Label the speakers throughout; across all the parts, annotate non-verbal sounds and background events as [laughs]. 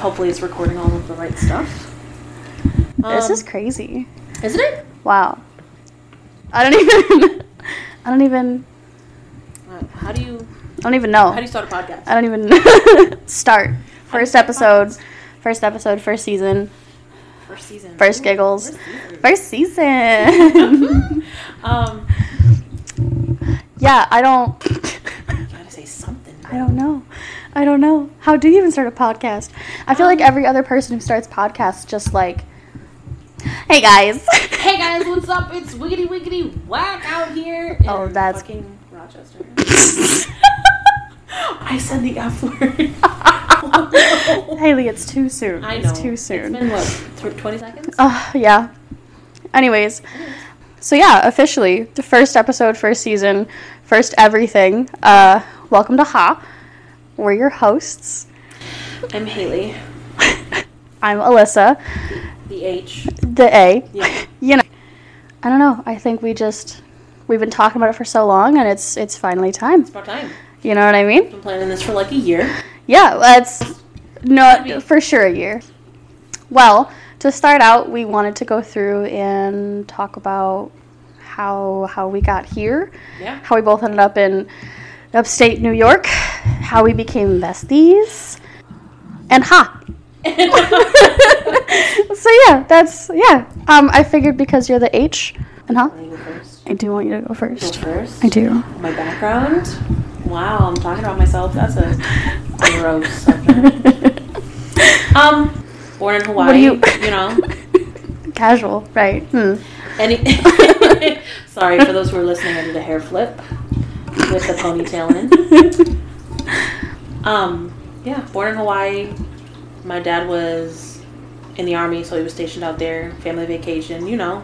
Speaker 1: Hopefully, it's recording all of the right stuff.
Speaker 2: this
Speaker 1: Um,
Speaker 2: is crazy.
Speaker 1: Isn't it?
Speaker 2: Wow. I don't [laughs] even. I don't even.
Speaker 1: Uh, How do you
Speaker 2: I don't even know.
Speaker 1: how do you start a podcast?
Speaker 2: I don't even [laughs] start. First
Speaker 1: start
Speaker 2: episode. First episode. First season.
Speaker 1: First season.
Speaker 2: First giggles.
Speaker 1: First
Speaker 2: First season. [laughs]
Speaker 1: season. [laughs] um,
Speaker 2: yeah, I don't. [laughs]
Speaker 1: gotta say something.
Speaker 2: I don't know. I don't know. How do you even start a podcast? I feel like
Speaker 1: Um,
Speaker 2: every other person who starts podcasts just like, hey guys.
Speaker 1: Hey guys, what's up? It's wiggity wiggity whack out here. in
Speaker 2: Oh, that's-
Speaker 1: fucking [laughs] Rochester.
Speaker 2: [laughs]
Speaker 1: I said the F [laughs] word.
Speaker 2: [laughs] Haley, it's too soon.
Speaker 1: I know.
Speaker 2: It's too soon.
Speaker 1: It's been what, tw- twenty seconds?
Speaker 2: Oh, yeah. Anyways, so yeah, officially, the first episode, first season, first everything. Uh, welcome to Ha. We're your hosts. [laughs]
Speaker 1: I'm Haley,
Speaker 2: I'm Alyssa,
Speaker 1: the H.
Speaker 2: the A.
Speaker 1: Yeah.
Speaker 2: [laughs] You know, I don't know. I think we just we've been talking about it for so long, and it's it's finally time.
Speaker 1: It's about time.
Speaker 2: You know what I mean?
Speaker 1: Been planning this for like a year.
Speaker 2: Yeah, that's
Speaker 1: Maybe.
Speaker 2: no for sure a year. Well, to start out, we wanted to go through and talk about how how we got here.
Speaker 1: Yeah.
Speaker 2: how we both ended up in upstate New York, how we became besties, and
Speaker 1: [laughs]
Speaker 2: ha. so yeah, that's yeah. Um, I figured because you're the H and ha.
Speaker 1: I'll go first.
Speaker 2: I do want you to go
Speaker 1: Go
Speaker 2: first.
Speaker 1: first.
Speaker 2: I do.
Speaker 1: My background? Wow, I'm talking about myself. That's a gross
Speaker 2: [laughs]
Speaker 1: subject. Um, born in Hawaii,
Speaker 2: what do you?
Speaker 1: you know.
Speaker 2: [laughs] Casual, right? Hmm.
Speaker 1: Any- [laughs] Sorry for those who are listening. I did a hair flip with the ponytail in. Um, yeah, born in Hawaii. My dad was in the army, so he was stationed out there. Family vacation, you know.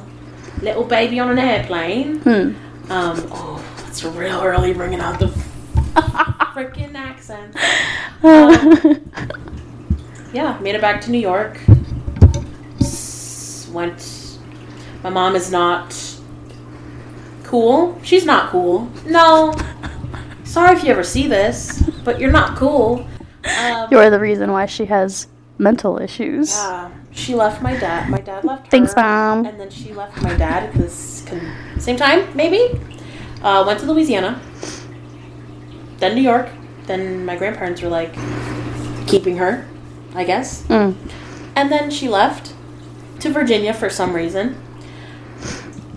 Speaker 1: Little baby on an airplane.
Speaker 2: Hmm. [laughs]
Speaker 1: Um, oh, it's real early bringing out the freaking accent. Um, yeah, made it back to New York. S- Went. My mom is not cool. She's not cool. No. Sorry if you ever see this, but you're not cool. Um,
Speaker 2: You're the reason why she has mental issues.
Speaker 1: yeah, she left my dad. My dad left her.
Speaker 2: Thanks, mom.
Speaker 1: And then she left my dad at this con- same time, maybe. Uh, went to Louisiana, then New York. Then my grandparents were like keeping her, I guess.
Speaker 2: Mm.
Speaker 1: And then she left to Virginia for some reason.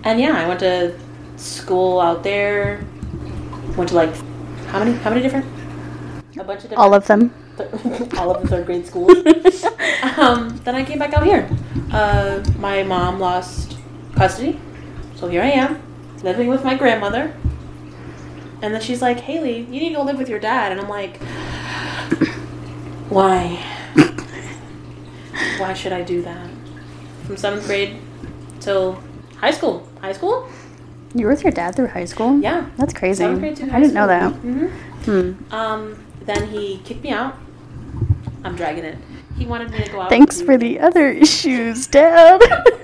Speaker 1: And yeah, I went to school out there. Went to like how many? How many different? A bunch of different.
Speaker 2: All of them.
Speaker 1: [laughs]
Speaker 2: [laughs]
Speaker 1: all of the third grade schools. um, then I came back out here. Uh, my mom lost custody, so here I am living with my grandmother. And then she's like, "Haley, you need to go live with your dad." And I'm like, [sighs] "Why? Why should I do that?" From seventh grade till high school. High school?
Speaker 2: You were with your dad through high school?
Speaker 1: Yeah.
Speaker 2: That's crazy. I
Speaker 1: Seventh grade
Speaker 2: didn't
Speaker 1: to high
Speaker 2: know that.
Speaker 1: school. Mhm.
Speaker 2: Hmm.
Speaker 1: Um, then he kicked me out. I'm dragging it. He wanted me to go out.
Speaker 2: Thanks
Speaker 1: and
Speaker 2: for
Speaker 1: do-
Speaker 2: the other issues, Dad. [laughs]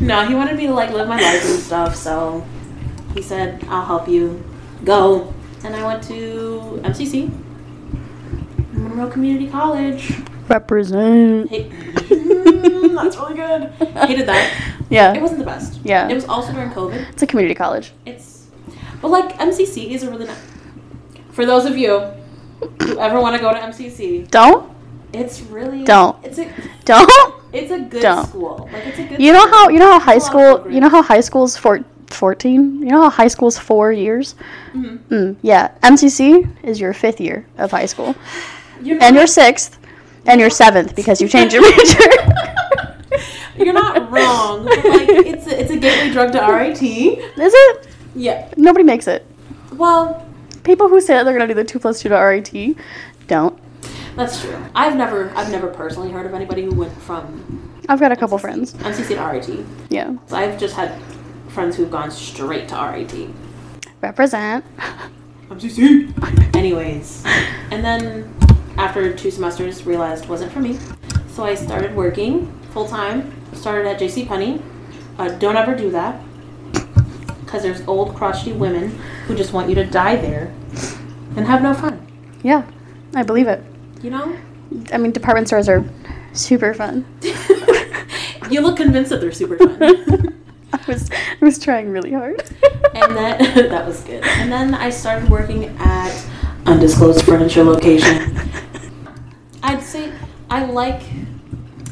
Speaker 1: No, he wanted me to like live my life and stuff. So he said, "I'll help you go." And I went to MCC, Monroe Community College.
Speaker 2: Represent.
Speaker 1: Hey- [laughs] That's really good. Hated that. It
Speaker 2: Yeah.
Speaker 1: wasn't the best.
Speaker 2: Yeah.
Speaker 1: It was also during COVID.
Speaker 2: It's a community college.
Speaker 1: It's, but like MCC is a really nice. For those of you who ever want to go to MCC,
Speaker 2: Don't.
Speaker 1: it's really
Speaker 2: Don't.
Speaker 1: It's a
Speaker 2: Don't.
Speaker 1: it's a good
Speaker 2: Don't.
Speaker 1: school. Like it's a good.
Speaker 2: You know how you know how high
Speaker 1: It's a lot
Speaker 2: school
Speaker 1: program.
Speaker 2: you know how high school's four, 14? You know how high school's 4 years?
Speaker 1: Mhm.
Speaker 2: Mm, yeah. MCC is your 5th year of high school.
Speaker 1: You're
Speaker 2: And your
Speaker 1: not-
Speaker 2: 6th and your 7th because you changed your [laughs] major.
Speaker 1: [laughs] You're not
Speaker 2: [laughs]
Speaker 1: wrong. but, like it's a, it's a gateway drug to RIT.
Speaker 2: Is it?
Speaker 1: Yeah.
Speaker 2: Nobody makes it.
Speaker 1: Well,
Speaker 2: People who say that they're gonna do the two plus two to RIT don't.
Speaker 1: that's true. I've never I've never personally heard of anybody who went from
Speaker 2: I've got a couple friends.
Speaker 1: MCC to RIT.
Speaker 2: Yeah.
Speaker 1: So I've just had friends who've gone straight to RIT.
Speaker 2: Represent. [laughs]
Speaker 1: MCC. Anyways, and then after two semesters, realized wasn't for me. So I started working full time. Started at J.C. Penney. Uh, don't ever do that, because there's old crotchety women who just want you to die there and have no fun.
Speaker 2: Yeah. I believe it.
Speaker 1: You know, [laughs]
Speaker 2: I mean, department stores are super fun.
Speaker 1: you look convinced that they're super fun.
Speaker 2: I was I was trying really hard.
Speaker 1: and then that [laughs] was good. And then I started working at undisclosed furniture location. I'd say I like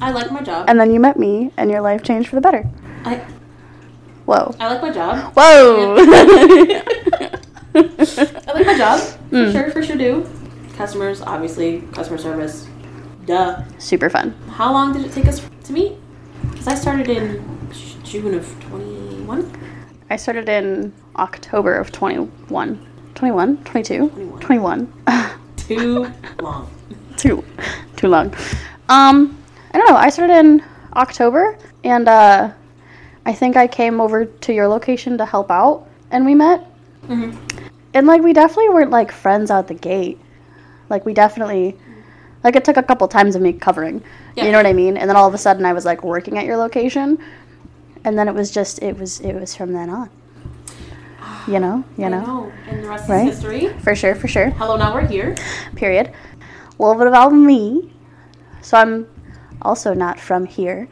Speaker 1: I like my job.
Speaker 2: and then you met me, and your life changed for the better.
Speaker 1: I
Speaker 2: Whoa.
Speaker 1: I like my job.
Speaker 2: Whoa.
Speaker 1: [laughs] I like my job. For
Speaker 2: Mm.
Speaker 1: sure, for sure do. Customers, obviously, customer service. Duh.
Speaker 2: Super fun.
Speaker 1: How long did it take us to meet? Because I started in j- June of 21.
Speaker 2: I started in October of 21. 21? 22?
Speaker 1: 21.
Speaker 2: 21.
Speaker 1: Too long.
Speaker 2: [laughs] too too long. Um, I don't know. I started in October, and uh, I think I came over to your location to help out, and we met. Mm-hmm.
Speaker 1: hmm
Speaker 2: And like, we definitely weren't like friends out the gate. Like, we definitely like it took a couple times of me covering.
Speaker 1: Yeah.
Speaker 2: You know what I mean? And then all of a sudden, I was like working at your location, and then it was just it was it was from then on. You know, you
Speaker 1: I
Speaker 2: know,
Speaker 1: know. And the rest
Speaker 2: Right?
Speaker 1: is history.
Speaker 2: for sure, for sure.
Speaker 1: Hello, now we're here.
Speaker 2: period. A little bit about me. So I'm also not from here,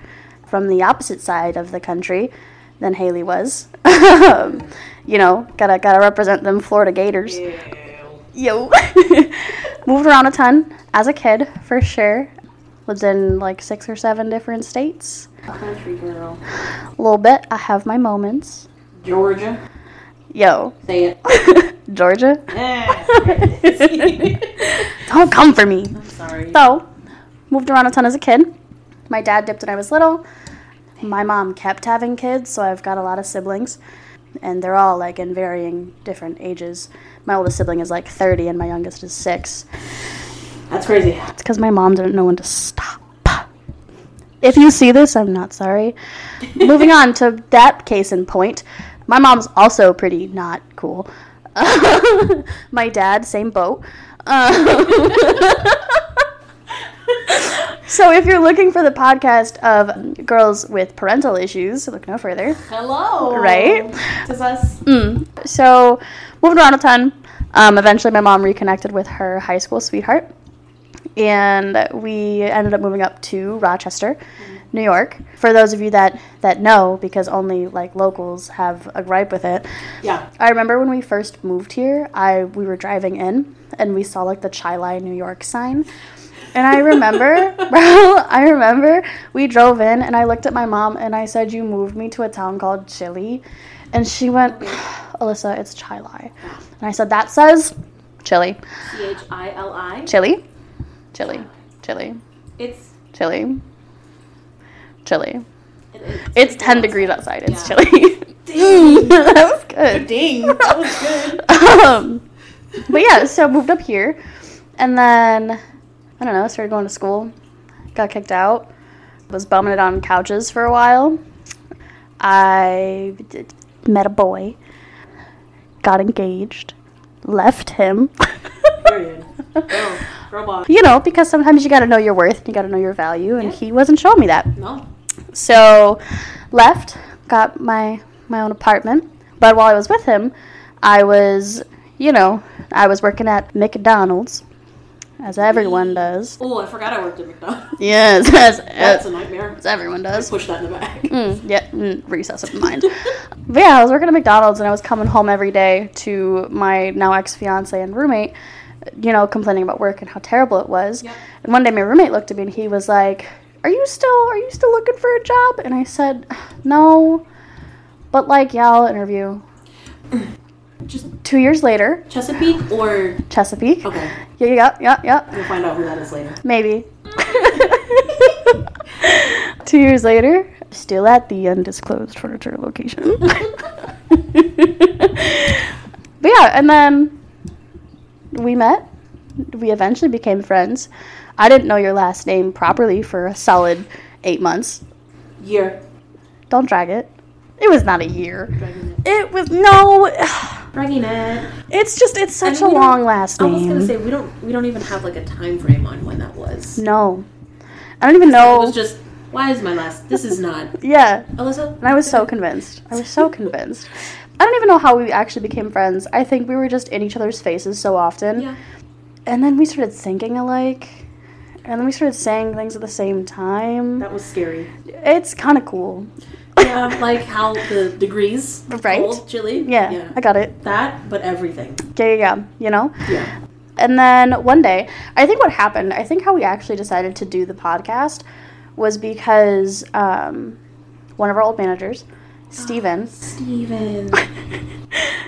Speaker 2: from the opposite side of the country than Haley was. [laughs] you know, gotta gotta represent them Florida Gators. Yo, [laughs] moved around a ton as a kid for sure. Lived in like six or seven different states.
Speaker 1: Country girl.
Speaker 2: A little bit. I have my moments.
Speaker 1: Georgia.
Speaker 2: Yo, [laughs]
Speaker 1: Say it. [laughs]
Speaker 2: Georgia,
Speaker 1: Yeah, there it is.
Speaker 2: don't come for me.
Speaker 1: I'm sorry.
Speaker 2: So, moved around a ton as a kid. My dad dipped when I was little. My mom kept having kids, so I've got a lot of siblings. And they're all like in varying different ages. My oldest sibling is like 30 and my youngest is 6.
Speaker 1: That's
Speaker 2: [laughs]
Speaker 1: crazy.
Speaker 2: It's because my mom didn't know when to stop. If you see this, I'm not sorry. Moving on to that case in point, my mom's also pretty not cool. [laughs] my dad, same boat. [laughs] Uh, so if you're looking for the podcast of girls with parental issues, look no further.
Speaker 1: Hello.
Speaker 2: Right?
Speaker 1: Does us.
Speaker 2: Mm. So, moving around a ton. Um, eventually, my mom reconnected with her high school sweetheart, and we ended up moving up to Rochester, New York. For those of you that that know, because only like locals have a gripe with it.
Speaker 1: Yeah.
Speaker 2: I remember when we first moved here, I we were driving in and we saw like the Chai Lai New York sign. And
Speaker 1: [laughs]
Speaker 2: I remember, bro, I remember we drove in and I looked at my mom and I said, You moved me to a town called Chile. And she went, [sighs] Alyssa, it's Chai Lai. And I said, That says Chile,
Speaker 1: C H I L I.
Speaker 2: Chile, Chile, Chile,
Speaker 1: It's.
Speaker 2: Chile, Chile.
Speaker 1: It is.
Speaker 2: It's 10 degrees outside. It's
Speaker 1: Yeah.
Speaker 2: chilly.
Speaker 1: Dang.
Speaker 2: [laughs] that was good.
Speaker 1: Ding. That was good.
Speaker 2: [laughs] um, but yeah, so moved up here, and then I don't know, started going to school, got kicked out, was bumming it on couches for a while. I d- met a boy, got engaged, left him.
Speaker 1: Period. Girl. Girl boss.
Speaker 2: [laughs] you know, because sometimes you got to know your worth, you got to know your value, and
Speaker 1: Yeah.
Speaker 2: he wasn't showing me that.
Speaker 1: No.
Speaker 2: So left, got my my own apartment. But while I was with him, I was, you know, I was working at McDonald's, as everyone does.
Speaker 1: Oh, I forgot I worked at McDonald's.
Speaker 2: Yes, [laughs] as,
Speaker 1: That's a
Speaker 2: as,
Speaker 1: nightmare.
Speaker 2: everyone does.
Speaker 1: Push that in the back.
Speaker 2: Mm, yeah, mm, recess of
Speaker 1: [laughs]
Speaker 2: the mind. but yeah, I was working at McDonald's and I was coming home every day to my now ex fiance and roommate, you know, complaining about work and how terrible it was.
Speaker 1: Yeah.
Speaker 2: And one day my roommate looked at me and he was like, "Are you still are you still looking for a job?" And I said, "No, but like yeah, I'll interview."
Speaker 1: Just
Speaker 2: Two years later,
Speaker 1: Chesapeake or.
Speaker 2: Chesapeake.
Speaker 1: Okay.
Speaker 2: Yeah, yeah, yeah, yeah.
Speaker 1: You'll find out who that is later. [laughs]
Speaker 2: Maybe. Two years later, still at the undisclosed furniture
Speaker 1: [laughs]
Speaker 2: location. but yeah, and then we met. We eventually became friends. I didn't know your last name properly for a solid eight months.
Speaker 1: Year.
Speaker 2: Don't drag it. It was not a year.
Speaker 1: Dragging it.
Speaker 2: It was no.
Speaker 1: Dragging it.
Speaker 2: It's just it's such
Speaker 1: And
Speaker 2: a
Speaker 1: we don't-
Speaker 2: long last
Speaker 1: I
Speaker 2: name.
Speaker 1: was gonna say we don't we don't even have like a time frame on when that was.
Speaker 2: no, I don't even
Speaker 1: It
Speaker 2: know.
Speaker 1: was just why is my last? This is not
Speaker 2: yeah,
Speaker 1: Alyssa.
Speaker 2: And I was so convinced. I was so convinced. I don't even know how we actually became friends. I think we were just in each other's faces so often.
Speaker 1: Yeah.
Speaker 2: And then we started thinking alike. And then we started saying things at the same time.
Speaker 1: That was scary.
Speaker 2: It's kind of cool.
Speaker 1: Yeah, like how the degrees.
Speaker 2: Right.
Speaker 1: Cold, chilly.
Speaker 2: [laughs] Yeah, I got it.
Speaker 1: That, but everything.
Speaker 2: Yeah, yeah, yeah. You know?
Speaker 1: Yeah.
Speaker 2: And then one day, I think what happened, I think how we actually decided to do the podcast was because um, one of our old managers,
Speaker 1: Ah,
Speaker 2: Steven,
Speaker 1: Steven.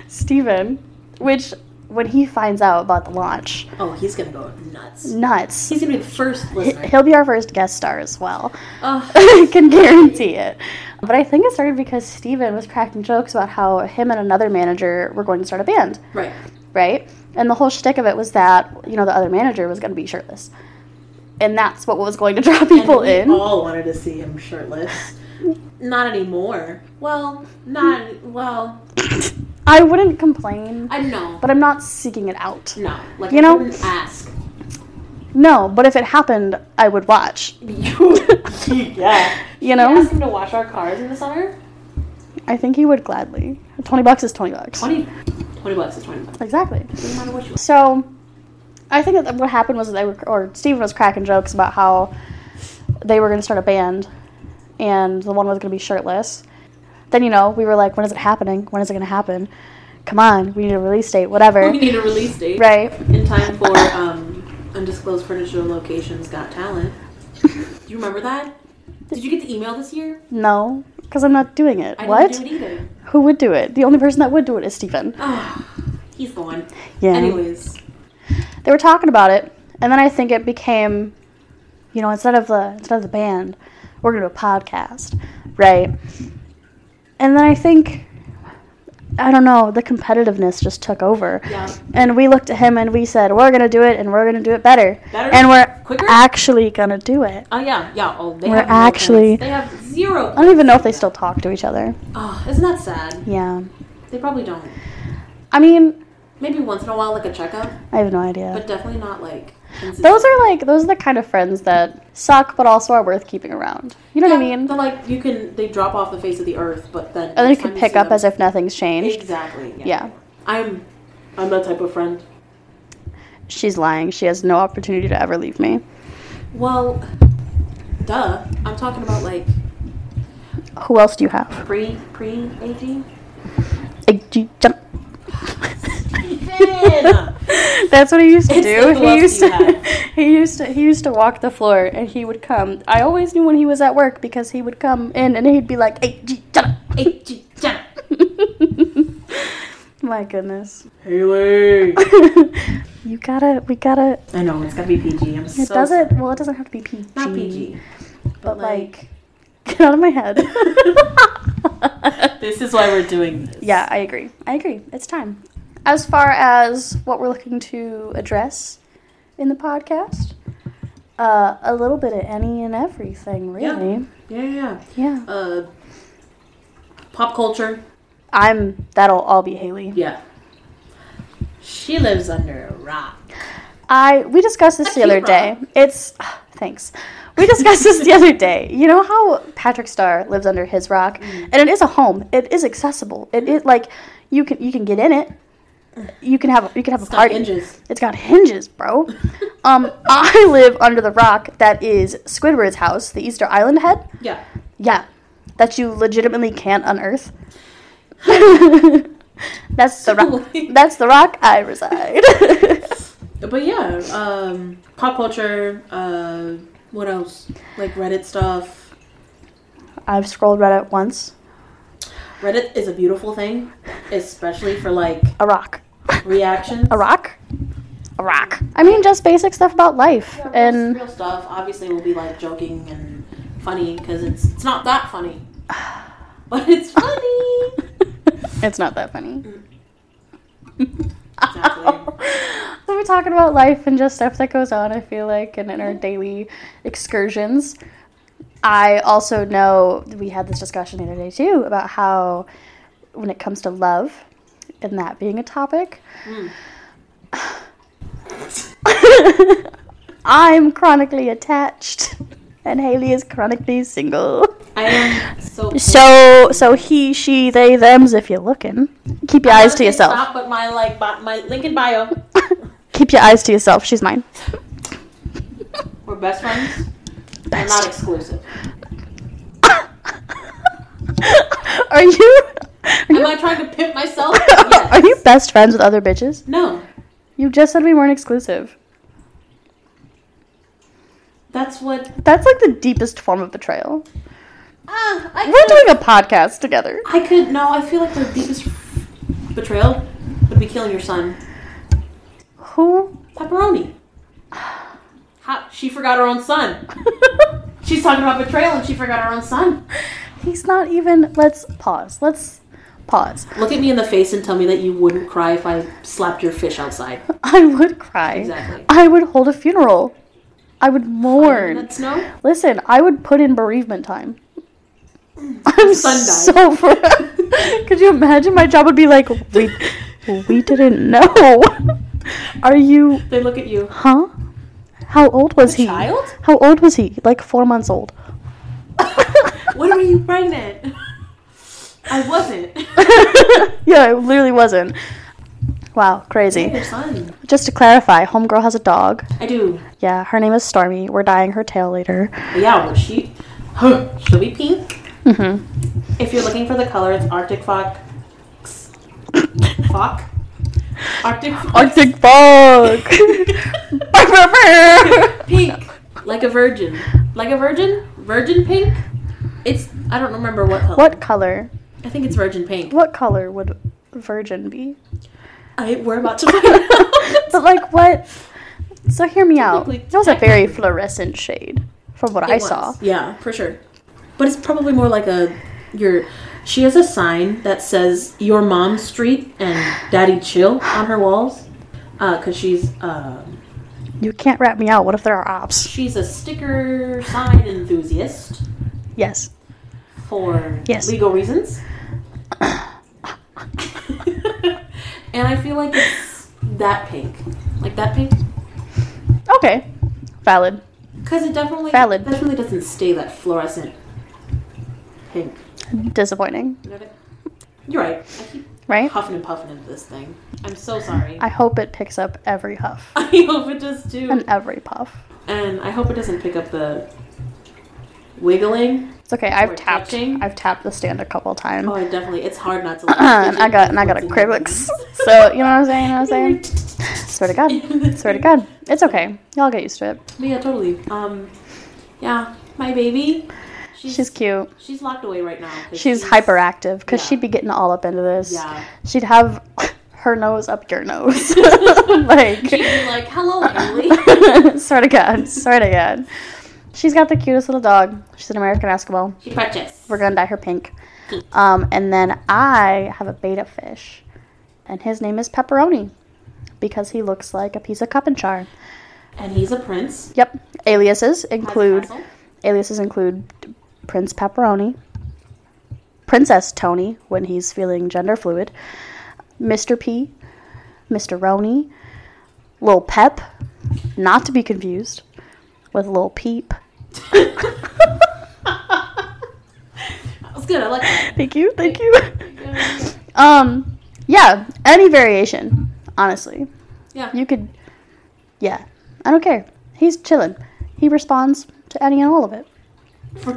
Speaker 2: Steven, which when he finds out about the launch,
Speaker 1: Oh, he's gonna go nuts.
Speaker 2: nuts.
Speaker 1: He's gonna be the first listener. Oh,
Speaker 2: He'll be our first guest star as well. [laughs]
Speaker 1: Ugh.
Speaker 2: I can guarantee it. But I think it started because Steven was cracking jokes about how him and another manager were going to start a band, [laughs]
Speaker 1: right.
Speaker 2: right? And the whole shtick of it was that, you know, the other manager was going to be shirtless. And that's what was going to [laughs] draw people
Speaker 1: and we
Speaker 2: in.
Speaker 1: all wanted to see him shirtless. Not anymore. Well, not well.
Speaker 2: [laughs] I wouldn't complain,
Speaker 1: I know.
Speaker 2: but I'm not seeking it out.
Speaker 1: No, like
Speaker 2: You
Speaker 1: I
Speaker 2: know-
Speaker 1: wouldn't
Speaker 2: [laughs]
Speaker 1: ask. [laughs]
Speaker 2: No, but if it happened, I would watch.
Speaker 1: yeah.
Speaker 2: You
Speaker 1: You
Speaker 2: know?
Speaker 1: ask him to wash our cars in the summer.
Speaker 2: I think he would gladly. 20 bucks is 20 bucks.
Speaker 1: 20, 20 bucks is twenty bucks.
Speaker 2: Exactly.
Speaker 1: Doesn't matter what you.
Speaker 2: So, I think that what happened was that they were, or Steven was cracking jokes about how they were going to start a band, and the one was going to be shirtless. Then you know we were like, when is it happening? When is it going to happen? Come on, we need a release date, whatever,
Speaker 1: [laughs] We need a release date.
Speaker 2: right?
Speaker 1: In time for um, undisclosed furniture locations got talent. Do you remember that? Did you get the email this year?
Speaker 2: No, because I'm not doing it.
Speaker 1: I
Speaker 2: what?
Speaker 1: didn't do it either.
Speaker 2: Who would do it? The only person that would do it is Steven.
Speaker 1: Oh, he's the one.
Speaker 2: Yeah.
Speaker 1: Anyways,
Speaker 2: They were talking about it, and then I think it became, you know, instead of the instead of the band, we're gonna do a podcast, right? And then I think, I don't know, the competitiveness just took over,
Speaker 1: yeah.
Speaker 2: and we looked at him and we said, we're gonna do it, and we're gonna do it better,
Speaker 1: Better?
Speaker 2: and we're
Speaker 1: Quicker?
Speaker 2: actually gonna do it.
Speaker 1: Oh yeah, yeah. Oh, they
Speaker 2: We're
Speaker 1: have no
Speaker 2: actually-
Speaker 1: plans. They have zero.
Speaker 2: I don't even know if they still talk to each other.
Speaker 1: Oh, isn't that sad?
Speaker 2: Yeah,
Speaker 1: They probably don't.
Speaker 2: I mean,
Speaker 1: Maybe once in a while, like a checkup,
Speaker 2: I have no idea.
Speaker 1: but definitely not like. consistent.
Speaker 2: those are like those are the kind of friends that suck, but also are worth keeping around. You know what I
Speaker 1: Yeah,
Speaker 2: mean?
Speaker 1: They're like you can. They drop off the face of the earth, but then.
Speaker 2: And then you
Speaker 1: next
Speaker 2: can
Speaker 1: time
Speaker 2: pick
Speaker 1: see
Speaker 2: up
Speaker 1: them-
Speaker 2: as if nothing's changed.
Speaker 1: Exactly.
Speaker 2: Yeah.
Speaker 1: I'm. I'm that type of friend.
Speaker 2: She's lying. She has no opportunity to ever leave me.
Speaker 1: Well, duh. I'm talking about like
Speaker 2: Who else do you have?
Speaker 1: pre pre
Speaker 2: [laughs]
Speaker 1: aging.
Speaker 2: Egg G- jump. [laughs]
Speaker 1: Steven!
Speaker 2: That's what he used to
Speaker 1: It's
Speaker 2: do.
Speaker 1: the who else
Speaker 2: He used
Speaker 1: do you
Speaker 2: to,
Speaker 1: have?
Speaker 2: [laughs] he used to he used to walk the floor and he would come. I always knew when he was at work because he would come in and he'd be like, "Hey, G- jump." [laughs]
Speaker 1: Aging.
Speaker 2: My goodness. [laughs]
Speaker 1: Haley.
Speaker 2: you gotta we gotta
Speaker 1: I know it's gotta be PG. I'm
Speaker 2: it
Speaker 1: so
Speaker 2: doesn't well it doesn't have to be PG.
Speaker 1: not PG, but,
Speaker 2: But
Speaker 1: like,
Speaker 2: like [laughs] get out of my head.
Speaker 1: [laughs] this is why we're doing this.
Speaker 2: Yeah, I agree. I agree. It's time. As far as what we're looking to address in the podcast, uh, a little bit of any and everything,
Speaker 1: Yeah.
Speaker 2: really.
Speaker 1: yeah, yeah.
Speaker 2: Yeah.
Speaker 1: yeah. Uh, pop culture.
Speaker 2: I'm, that'll all be Haley.
Speaker 1: Yeah. She lives under a rock.
Speaker 2: I, we discussed this the
Speaker 1: That's you,
Speaker 2: other day. It's, [sighs] thanks. We discussed this the other day. You know how Patrick Starr lives under his rock?
Speaker 1: Mm.
Speaker 2: And it is a home. It is accessible. It, it like, you can, you can get in it. You can have, you can have a
Speaker 1: It's got
Speaker 2: party.
Speaker 1: hinges.
Speaker 2: It's got hinges,
Speaker 1: [laughs]
Speaker 2: bro. um, I live under the rock that is Squidward's house, the Easter Island head.
Speaker 1: Yeah.
Speaker 2: Yeah, that you legitimately can't unearth. [laughs] that's the
Speaker 1: [laughs]
Speaker 2: rock. That's the rock I reside. [laughs]
Speaker 1: But yeah, um, pop culture. Uh, what else? Like Reddit stuff.
Speaker 2: I've scrolled Reddit once.
Speaker 1: Reddit is a beautiful thing, especially for like
Speaker 2: A rock.
Speaker 1: reactions.
Speaker 2: A rock. A rock. I mean, just basic stuff about life
Speaker 1: Yeah, real-
Speaker 2: and [laughs]
Speaker 1: real stuff. Obviously, we'll be like joking and funny because it's it's not that
Speaker 2: [sighs]
Speaker 1: funny, but it's funny.
Speaker 2: it's not that funny.
Speaker 1: exactly.
Speaker 2: So we're talking about life and just stuff that goes on, I feel like, and in our daily excursions. I also know we had this discussion the other day too about how when it comes to love and that being a topic, [laughs] I'm chronically attached and Haley is chronically single.
Speaker 1: I am so.
Speaker 2: So so he, she, they, them's if you're looking. Keep your eyes to yourself.
Speaker 1: Stop, but my like bi- my link in bio.
Speaker 2: Keep your eyes to yourself. She's mine.
Speaker 1: We're best friends. They're
Speaker 2: Best. [laughs]
Speaker 1: not exclusive.
Speaker 2: are you? Are [laughs]
Speaker 1: Am
Speaker 2: you,
Speaker 1: I trying to pimp
Speaker 2: [laughs]
Speaker 1: myself? Yes.
Speaker 2: are you best friends with other bitches?
Speaker 1: No,
Speaker 2: You just said we weren't exclusive.
Speaker 1: that's what.
Speaker 2: That's like the deepest form of betrayal.
Speaker 1: Ah, I
Speaker 2: We're
Speaker 1: could,
Speaker 2: doing a podcast together.
Speaker 1: I could. No, I feel like the deepest betrayal would be killing your son.
Speaker 2: Who? [laughs]
Speaker 1: Pepperoni. How, she forgot her own son. She's talking about betrayal and she forgot her own son.
Speaker 2: He's not even. Let's pause. Let's pause. [laughs]
Speaker 1: Look at me in the face and tell me that you wouldn't cry if I slapped your fish outside.
Speaker 2: I would cry.
Speaker 1: Exactly.
Speaker 2: I would hold a funeral. I would mourn.
Speaker 1: That's no.
Speaker 2: Listen, I would put in bereavement
Speaker 1: [laughs]
Speaker 2: time. I'm
Speaker 1: Sun died.
Speaker 2: so fr- [laughs] Could you imagine? My job would be like, we, we didn't know. [laughs] Are you,
Speaker 1: They look at you.
Speaker 2: huh? How old was he?
Speaker 1: Child?
Speaker 2: How old was he? Like four
Speaker 1: [laughs]
Speaker 2: months old.
Speaker 1: When were you pregnant? I wasn't.
Speaker 2: [laughs] yeah, it literally wasn't. Wow, crazy.
Speaker 1: Your son.
Speaker 2: Just to clarify, Homegirl has a dog.
Speaker 1: I do.
Speaker 2: Yeah, her name is Stormy. We're dyeing her tail later.
Speaker 1: But yeah, well, she. Huh, she'll be pink.
Speaker 2: Mm-hmm.
Speaker 1: If you're looking for the color, it's Arctic Fox. Fox? Arctic Fox.
Speaker 2: Arctic [laughs] bug!
Speaker 1: [laughs] [laughs] pink. Like a virgin. Like a virgin? Virgin pink? It's. I don't remember what color.
Speaker 2: what color?
Speaker 1: I think it's virgin pink.
Speaker 2: What color would virgin be?
Speaker 1: I, we're about to find out.
Speaker 2: [laughs] But like what? So hear me out.
Speaker 1: Technically-
Speaker 2: It was a very fluorescent shade, from what
Speaker 1: It
Speaker 2: I
Speaker 1: was.
Speaker 2: saw.
Speaker 1: Yeah, for sure. But it's probably more like a your. She has a sign that says "Your Mom Street" and "Daddy Chill" on her walls, because she's uh,
Speaker 2: You can't rat me out. What if there are ops?
Speaker 1: she's a sticker sign enthusiast
Speaker 2: Yes.
Speaker 1: for
Speaker 2: Yes.
Speaker 1: legal reasons. and I feel like it's that pink, like that pink,
Speaker 2: Okay. Valid.
Speaker 1: because it definitely
Speaker 2: Valid.
Speaker 1: definitely doesn't stay that fluorescent pink.
Speaker 2: Disappointing,
Speaker 1: You know what I- You're right. I keep
Speaker 2: right?
Speaker 1: huffing and puffing into this thing. I'm so sorry.
Speaker 2: I hope it picks up every huff
Speaker 1: [laughs] I hope it does too.
Speaker 2: and every puff.
Speaker 1: And I hope it doesn't pick up the wiggling.
Speaker 2: It's okay. I've
Speaker 1: Or
Speaker 2: tapped.
Speaker 1: touching.
Speaker 2: I've tapped the stand a couple times.
Speaker 1: Oh, I definitely. It's hard not to.
Speaker 2: Um, uh-huh, [clears throat] and I got and I got a [laughs] Cribix. So you know what I'm saying? You
Speaker 1: [laughs]
Speaker 2: know what I'm saying? [laughs] Swear to God. Swear to God. It's okay. Y'all get used to it.
Speaker 1: But yeah, totally. Um, yeah, my baby. She's
Speaker 2: She's
Speaker 1: she's,
Speaker 2: cute.
Speaker 1: locked away right now. 'cause
Speaker 2: She's hyperactive because
Speaker 1: yeah.
Speaker 2: she'd be getting all up into this. [laughs]
Speaker 1: Yeah.
Speaker 2: She'd have [coughs] her nose up
Speaker 1: [laughs]
Speaker 2: your nose. [laughs] like,
Speaker 1: She'd
Speaker 2: [laughs]
Speaker 1: be like, "Hello, Emily."
Speaker 2: swear to God, swear to God. She's got the cutest little dog. She's an American Eskimo.
Speaker 1: She purchased.
Speaker 2: We're gonna dye her pink. Um, and then I have a beta fish, and his name is Pepperoni because he looks like a piece of cup and char.
Speaker 1: And he's a prince.
Speaker 2: Yep.
Speaker 1: Has
Speaker 2: Aliases
Speaker 1: a
Speaker 2: include
Speaker 1: castle.
Speaker 2: aliases include Prince Pepperoni, Princess Tony when he's feeling gender fluid, Mr. P, Mr. Roni, Lil Pep, not to be confused with Lil Peep.
Speaker 1: [laughs] That was good. I like that.
Speaker 2: [laughs] Thank you, thank you.
Speaker 1: Yeah.
Speaker 2: [laughs] Um, yeah, any variation, honestly.
Speaker 1: Yeah.
Speaker 2: You could, yeah, I don't care. He's chilling. He responds to any and all of it.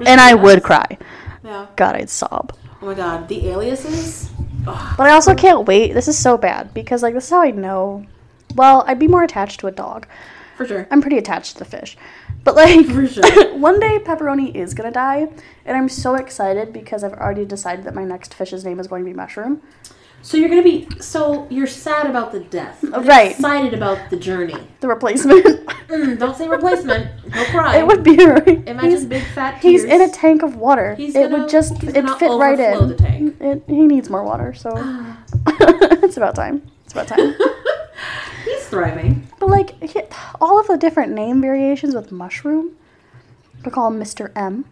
Speaker 2: And I would cry.
Speaker 1: Yeah.
Speaker 2: God, I'd sob.
Speaker 1: Oh my god, the aliases. Ugh.
Speaker 2: But I also can't wait. This is so bad because like this is how I know. Well, I'd be more attached to a dog.
Speaker 1: For sure.
Speaker 2: I'm pretty attached to the fish. But like
Speaker 1: For sure.
Speaker 2: [laughs] one day pepperoni is going to die and I'm so excited because I've already decided that my next fish's name is going to be mushroom.
Speaker 1: So you're gonna be so you're sad about the death, but
Speaker 2: Right.
Speaker 1: Excited about the journey.
Speaker 2: The replacement. [laughs]
Speaker 1: Mm, don't say replacement. He'll cry.
Speaker 2: it would be right.
Speaker 1: Imagine
Speaker 2: He's,
Speaker 1: big fat tears.
Speaker 2: he's in a tank of water.
Speaker 1: He's
Speaker 2: it
Speaker 1: gonna-
Speaker 2: would just
Speaker 1: he's
Speaker 2: it
Speaker 1: gonna
Speaker 2: fit right
Speaker 1: overflow
Speaker 2: in.
Speaker 1: the
Speaker 2: [sighs]
Speaker 1: tank.
Speaker 2: It, he needs more water, so
Speaker 1: [laughs]
Speaker 2: [laughs] it's about time. It's about time.
Speaker 1: he's thriving.
Speaker 2: But like he- all of the different name variations with mushroom, we call him Mr. M,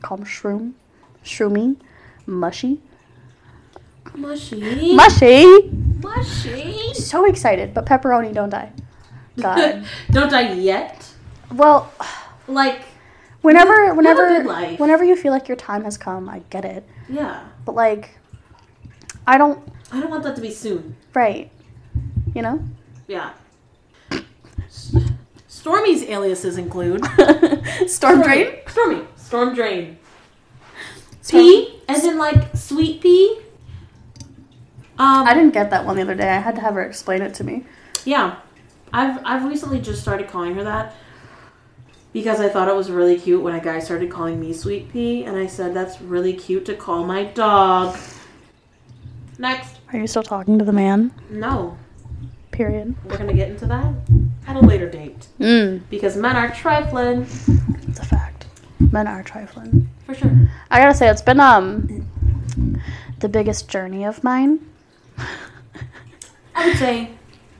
Speaker 2: call him Shroom, Shroomy, Mushy,
Speaker 1: Mushy.
Speaker 2: Mushy.
Speaker 1: Mushy.
Speaker 2: So excited, but pepperoni don't [laughs] die. [laughs] God.
Speaker 1: [laughs] don't die yet.
Speaker 2: well,
Speaker 1: Like,
Speaker 2: whenever,
Speaker 1: good
Speaker 2: whenever,
Speaker 1: life.
Speaker 2: whenever you feel like your time has come, I get it.
Speaker 1: yeah.
Speaker 2: But like, I don't.
Speaker 1: I don't want that to be soon.
Speaker 2: Right. You know.
Speaker 1: Yeah. S- Stormy's aliases include
Speaker 2: [laughs] Storm Drain?
Speaker 1: Stormy, Storm Drain. P as in like sweet pea. Um,
Speaker 2: I didn't get that one the other day. I had to have her explain it to me.
Speaker 1: Yeah, I've I've recently just started calling her that because I thought it was really cute when a guy started calling me Sweet Pea, and I said that's really cute to call my dog. Next,
Speaker 2: Are you still talking to the man?
Speaker 1: no,
Speaker 2: Period.
Speaker 1: we're gonna get into that at a later date
Speaker 2: Mm,
Speaker 1: because men are trifling
Speaker 2: it's a fact. Men are trifling.
Speaker 1: for sure.
Speaker 2: I gotta say, it's been um the biggest journey of mine. [laughs]
Speaker 1: I would say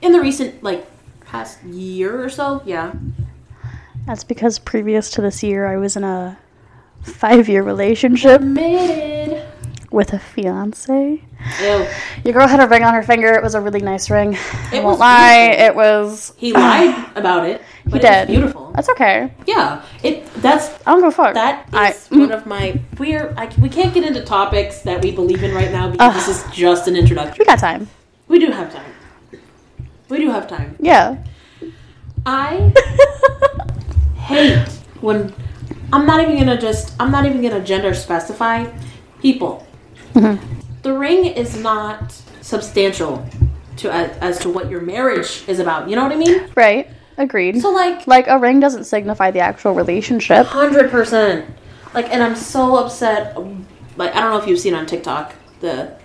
Speaker 1: in the recent like past year or so, yeah.
Speaker 2: That's because previous to this year, I was in a five-year relationship
Speaker 1: Committed.
Speaker 2: with a fiance.
Speaker 1: Ew.
Speaker 2: Your girl had a ring on her finger. It was a really nice ring. I
Speaker 1: It was
Speaker 2: won't lie.
Speaker 1: beautiful.
Speaker 2: It was. [clears throat]
Speaker 1: He lied about it, but it's
Speaker 2: did.
Speaker 1: beautiful.
Speaker 2: [sighs] That's okay.
Speaker 1: Yeah, it. That's
Speaker 2: I don't give a fuck.
Speaker 1: That is
Speaker 2: I- mm,
Speaker 1: one of my we're I, we can't get into topics that we believe in right now because
Speaker 2: Ugh.
Speaker 1: this is just an introduction.
Speaker 2: we got time.
Speaker 1: We do have time. We do have time. [laughs]
Speaker 2: Yeah.
Speaker 1: I hate when I'm not even gonna just I'm not even gonna gender specify people.
Speaker 2: Mhm.
Speaker 1: The ring is not substantial to as, as to what your marriage is about. You know what I mean?
Speaker 2: right. Agreed.
Speaker 1: So like
Speaker 2: like a ring doesn't signify the actual relationship.
Speaker 1: Hundred percent. Like, and I'm so upset. um, Like, I don't know if you've seen on TikTok the.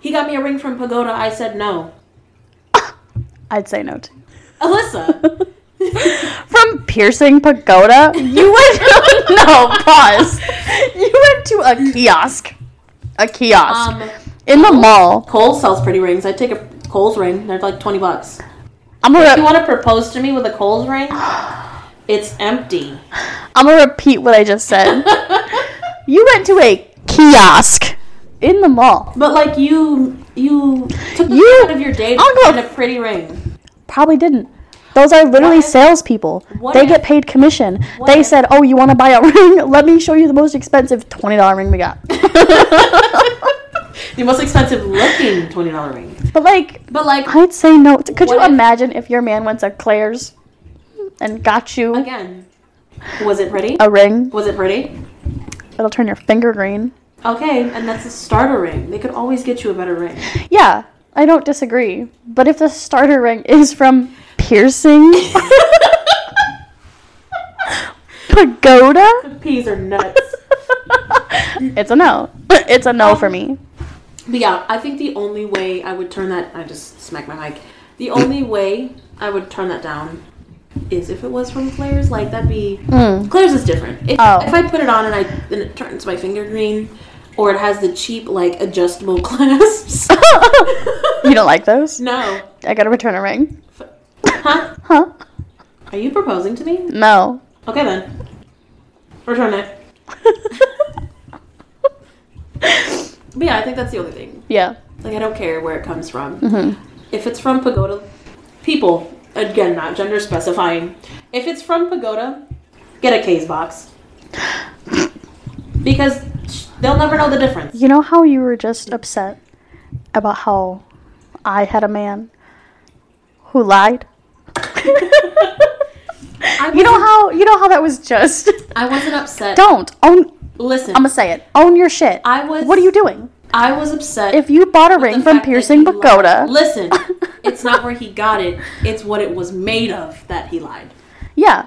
Speaker 1: He got me a ring from Pagoda. I said no. [laughs]
Speaker 2: [coughs] I'd say no to.
Speaker 1: Alyssa,
Speaker 2: [laughs] From piercing pagoda, you went [laughs] no pause. You went to a kiosk, a kiosk
Speaker 1: um,
Speaker 2: in the mall.
Speaker 1: Cole sells pretty rings. I take a Cole's ring. They're like twenty bucks.
Speaker 2: I'm
Speaker 1: If you
Speaker 2: gonna,
Speaker 1: want to propose to me with a Cole's
Speaker 2: [sighs]
Speaker 1: ring, it's empty. [laughs]
Speaker 2: I'm gonna repeat what I just said.
Speaker 1: but
Speaker 2: You went to a kiosk in the mall.
Speaker 1: like you, you took the
Speaker 2: You-
Speaker 1: time out of your day
Speaker 2: I'll
Speaker 1: to
Speaker 2: go-
Speaker 1: find a pretty ring.
Speaker 2: Probably didn't. Those are literally
Speaker 1: What if-
Speaker 2: salespeople.
Speaker 1: what
Speaker 2: They
Speaker 1: if-
Speaker 2: get paid commission.
Speaker 1: what
Speaker 2: They
Speaker 1: if-
Speaker 2: said, "Oh, you want to buy a [laughs] ring? Let me show you the most expensive twenty dollar ring we
Speaker 1: [laughs]
Speaker 2: got." [laughs]
Speaker 1: the most expensive looking twenty dollar ring.
Speaker 2: but like,
Speaker 1: But like
Speaker 2: I'd say no. to- Could you
Speaker 1: What if-
Speaker 2: imagine if your man went to Claire's and got you
Speaker 1: again, was it pretty?
Speaker 2: a ring?
Speaker 1: Was it pretty?
Speaker 2: It'll turn your finger green.
Speaker 1: Okay, and that's a starter ring. They could always get you a better
Speaker 2: [laughs]
Speaker 1: ring.
Speaker 2: Yeah, I don't disagree. But if the starter ring is from piercing
Speaker 1: [laughs]
Speaker 2: pagoda,
Speaker 1: [laughs] The peas are nuts.
Speaker 2: it's a no. It's a no for me.
Speaker 1: But yeah, I think the only way I would turn that I just smacked my mic. The only way I would turn that down is if it was from Claire's. Like that'd be
Speaker 2: Mm.
Speaker 1: Claire's is different. If,
Speaker 2: Oh.
Speaker 1: if I put it on and I and it turns my finger green, or it has the cheap like adjustable [laughs] clasps.
Speaker 2: [laughs] [laughs] you don't like
Speaker 1: [laughs]
Speaker 2: those?
Speaker 1: no.
Speaker 2: I gotta return a ring.
Speaker 1: Huh?
Speaker 2: Huh?
Speaker 1: Are you proposing to me? [laughs]
Speaker 2: No.
Speaker 1: Okay then. Return it. But yeah, I think that's the only thing.
Speaker 2: yeah.
Speaker 1: Like I don't care where it comes from.
Speaker 2: Mhm.
Speaker 1: If it's from Pagoda, people again not gender specifying. If it's from Pagoda, get a case
Speaker 2: [gasps]
Speaker 1: box because sh- they'll never know the difference.
Speaker 2: You know how you were just upset about how I had a man who
Speaker 1: [laughs]
Speaker 2: lied?
Speaker 1: I
Speaker 2: you know
Speaker 1: wasn't-
Speaker 2: how you know how that was just
Speaker 1: I wasn't upset.
Speaker 2: Don't own
Speaker 1: Listen,
Speaker 2: I'm gonna say it. Own your shit.
Speaker 1: I was.
Speaker 2: what are you doing?
Speaker 1: I was upset.
Speaker 2: If you bought a
Speaker 1: with the
Speaker 2: ring from
Speaker 1: fact that
Speaker 2: piercing
Speaker 1: he lied.
Speaker 2: pagoda, [laughs]
Speaker 1: Listen, it's not where he got it. It's what it was made of that he lied.
Speaker 2: yeah.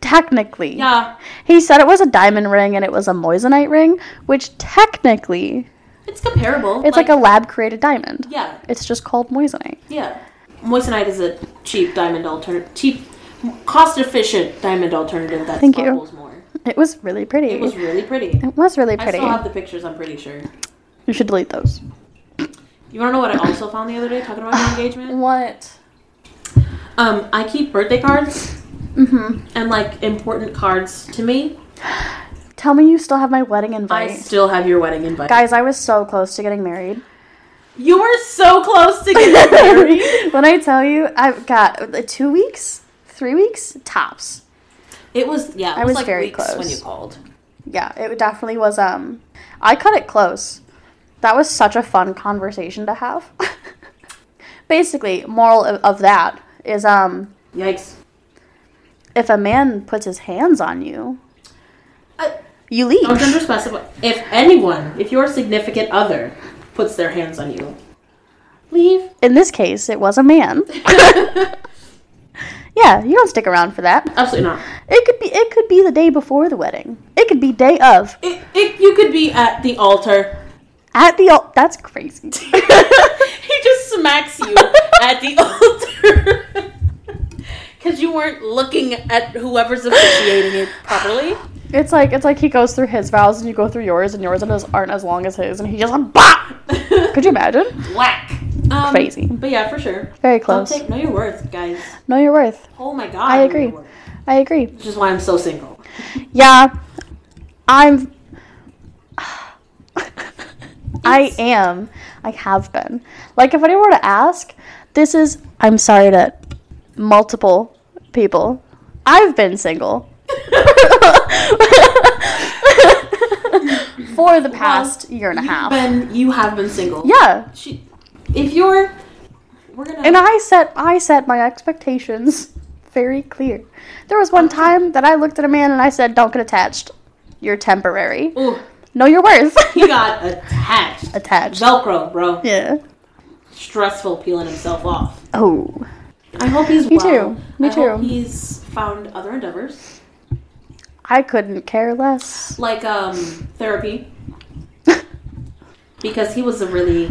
Speaker 2: Technically.
Speaker 1: Yeah,
Speaker 2: He said it was a diamond ring and it was a moissanite ring, which technically
Speaker 1: it's comparable.
Speaker 2: it's like, a lab created diamond.
Speaker 1: yeah.
Speaker 2: It's just called moissanite.
Speaker 1: Yeah. Moissanite is a cheap diamond alternative. Cheap, cost efficient diamond alternative that
Speaker 2: Thank you.
Speaker 1: sparkles more.
Speaker 2: It was really pretty.
Speaker 1: It was really pretty.
Speaker 2: It was really
Speaker 1: I
Speaker 2: pretty.
Speaker 1: still have the pictures, I'm pretty sure.
Speaker 2: You should delete those.
Speaker 1: You wanna know what I also found the other day talking
Speaker 2: [sighs]
Speaker 1: about my engagement?
Speaker 2: What?
Speaker 1: Um, I keep birthday cards
Speaker 2: Mm-hmm.
Speaker 1: and like important cards to me.
Speaker 2: Tell me you still have my wedding
Speaker 1: I
Speaker 2: invite.
Speaker 1: still have your wedding invite.
Speaker 2: Guys, I was so close to
Speaker 1: [laughs]
Speaker 2: getting married. [laughs]
Speaker 1: You were so close to getting married.
Speaker 2: when I tell you, I've got uh, two weeks, three weeks tops.
Speaker 1: It was yeah, it
Speaker 2: I
Speaker 1: was,
Speaker 2: was
Speaker 1: like
Speaker 2: very
Speaker 1: weeks when
Speaker 2: close.
Speaker 1: you called.
Speaker 2: Yeah, it definitely was. Um, I cut it close. That was such a fun conversation to have. [laughs] Basically, moral of, of that is um,
Speaker 1: Yikes.
Speaker 2: if a man puts his hands on you,
Speaker 1: Uh,
Speaker 2: you
Speaker 1: Don't gender
Speaker 2: leave.
Speaker 1: specify. If anyone, if your significant other puts their hands on you, leave.
Speaker 2: In this case, it was a man. Yeah, you don't stick around for that.
Speaker 1: [laughs] Absolutely not.
Speaker 2: It could be it could be the day before the wedding. It could be day of
Speaker 1: It, it, you could be at the [laughs] altar.
Speaker 2: at the al- that's crazy.
Speaker 1: he just smacks you at the altar. [laughs] Because you weren't looking at whoever's officiating it properly.
Speaker 2: [laughs] It's like it's like he goes through his vows and you go through yours and yours and his aren't as long as his and he just [laughs] like bah! Could you imagine?
Speaker 1: [laughs] Whack. Um,
Speaker 2: Crazy.
Speaker 1: But yeah, for sure.
Speaker 2: Very
Speaker 1: Don't
Speaker 2: close.
Speaker 1: take, know your worth, guys.
Speaker 2: know your worth.
Speaker 1: Oh my god.
Speaker 2: I
Speaker 1: know
Speaker 2: agree.
Speaker 1: your worth.
Speaker 2: I agree.
Speaker 1: Which is why I'm so single.
Speaker 2: Yeah. [laughs] I'm I
Speaker 1: It's-
Speaker 2: am. I have been. Like if anyone were to ask, this is I'm sorry to multiple people. I've been single. [laughs] for the past year and a half.
Speaker 1: When you have been single.
Speaker 2: yeah.
Speaker 1: She, if you're. We're gonna.
Speaker 2: And I set I set my expectations very clear. There was one time that I looked at a man and I said, "Don't get attached. You're temporary.
Speaker 1: Ooh,
Speaker 2: Know your worth."
Speaker 1: oh, he got attached.
Speaker 2: [laughs] attached.
Speaker 1: Velcro, bro.
Speaker 2: Yeah.
Speaker 1: Stressful peeling himself off.
Speaker 2: Oh.
Speaker 1: I hope he's
Speaker 2: Me
Speaker 1: well.
Speaker 2: too. Me
Speaker 1: I hope
Speaker 2: too.
Speaker 1: he's found other endeavors
Speaker 2: I couldn't care less.
Speaker 1: like um
Speaker 2: [laughs]
Speaker 1: therapy because he was a really.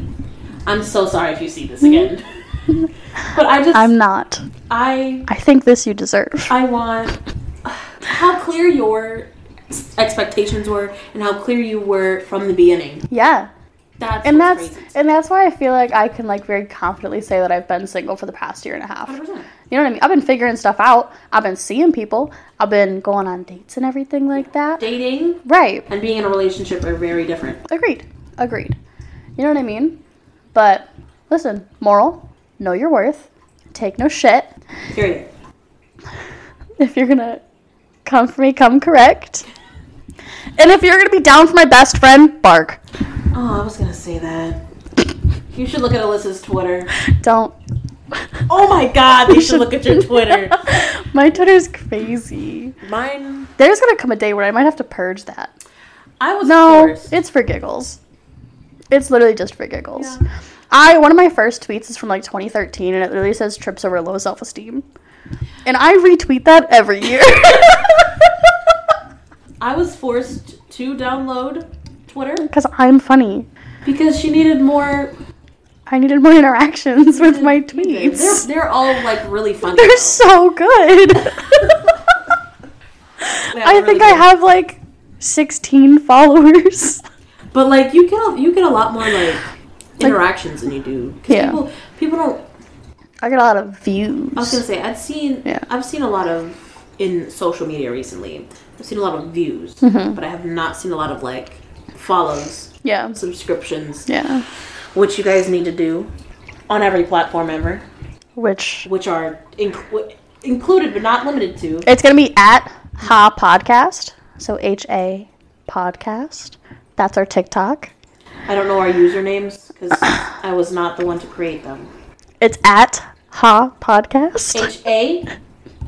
Speaker 1: I'm so sorry if you see
Speaker 2: [laughs]
Speaker 1: this again. but I just
Speaker 2: I'm not.
Speaker 1: I
Speaker 2: I think this you deserve.
Speaker 1: I want how clear your expectations were and how clear you were from the beginning.
Speaker 2: Yeah.
Speaker 1: That's
Speaker 2: And
Speaker 1: what's
Speaker 2: that's and that's why I feel like I can like very confidently say that I've been single for the past year and a half.
Speaker 1: crazy. 100%.
Speaker 2: You know what I mean? I've been figuring stuff out. I've been seeing people. I've been going on dates and everything like that.
Speaker 1: Dating
Speaker 2: Right.
Speaker 1: and being in a relationship are very different.
Speaker 2: Agreed. Agreed. You know what I mean? But listen, moral, know your worth. Take no shit. [laughs]
Speaker 1: Period.
Speaker 2: If you're gonna come for me, come correct. And if you're gonna be down for my best friend, bark.
Speaker 1: Oh, I was gonna say that. You should look at Alyssa's Twitter.
Speaker 2: Don't.
Speaker 1: Oh my god, you should look at your Twitter.
Speaker 2: [laughs] my Twitter's crazy.
Speaker 1: [laughs] Mine
Speaker 2: There's gonna come a day where I might have to purge that.
Speaker 1: I was
Speaker 2: No,
Speaker 1: forced.
Speaker 2: it's for giggles. It's literally just for giggles.
Speaker 1: Yeah.
Speaker 2: I one of my first tweets is from like 2013, and it literally says trips over low self esteem, and I retweet that
Speaker 1: [laughs]
Speaker 2: every year.
Speaker 1: I was forced to download Twitter
Speaker 2: Because I'm funny.
Speaker 1: because she needed more
Speaker 2: I needed more interactions
Speaker 1: [laughs]
Speaker 2: with my
Speaker 1: they're,
Speaker 2: tweets.
Speaker 1: they're all like
Speaker 2: [laughs]
Speaker 1: really funny.
Speaker 2: They're
Speaker 1: though. [laughs]
Speaker 2: so good.
Speaker 1: They are
Speaker 2: I
Speaker 1: really
Speaker 2: think I
Speaker 1: good.
Speaker 2: have like 16 followers. [laughs]
Speaker 1: But like you get a, you get a lot more like interactions than you do. 'Cause
Speaker 2: Yeah.
Speaker 1: People people don't.
Speaker 2: I get a lot of views.
Speaker 1: I was gonna say I've seen
Speaker 2: Yeah.
Speaker 1: I've seen a lot of in social media recently. I've seen a lot of views,
Speaker 2: Mm-hmm.
Speaker 1: but I have not seen a lot of like follows,
Speaker 2: Yeah.
Speaker 1: subscriptions,
Speaker 2: Yeah.
Speaker 1: which you guys need to do on every platform ever,
Speaker 2: Which
Speaker 1: which are inc- included but not limited to.
Speaker 2: It's gonna be at Ha Podcast. So H A Podcast. That's our TikTok.
Speaker 1: I don't know our usernames because I was not the one to create them.
Speaker 2: It's at Ha Podcast.
Speaker 1: H A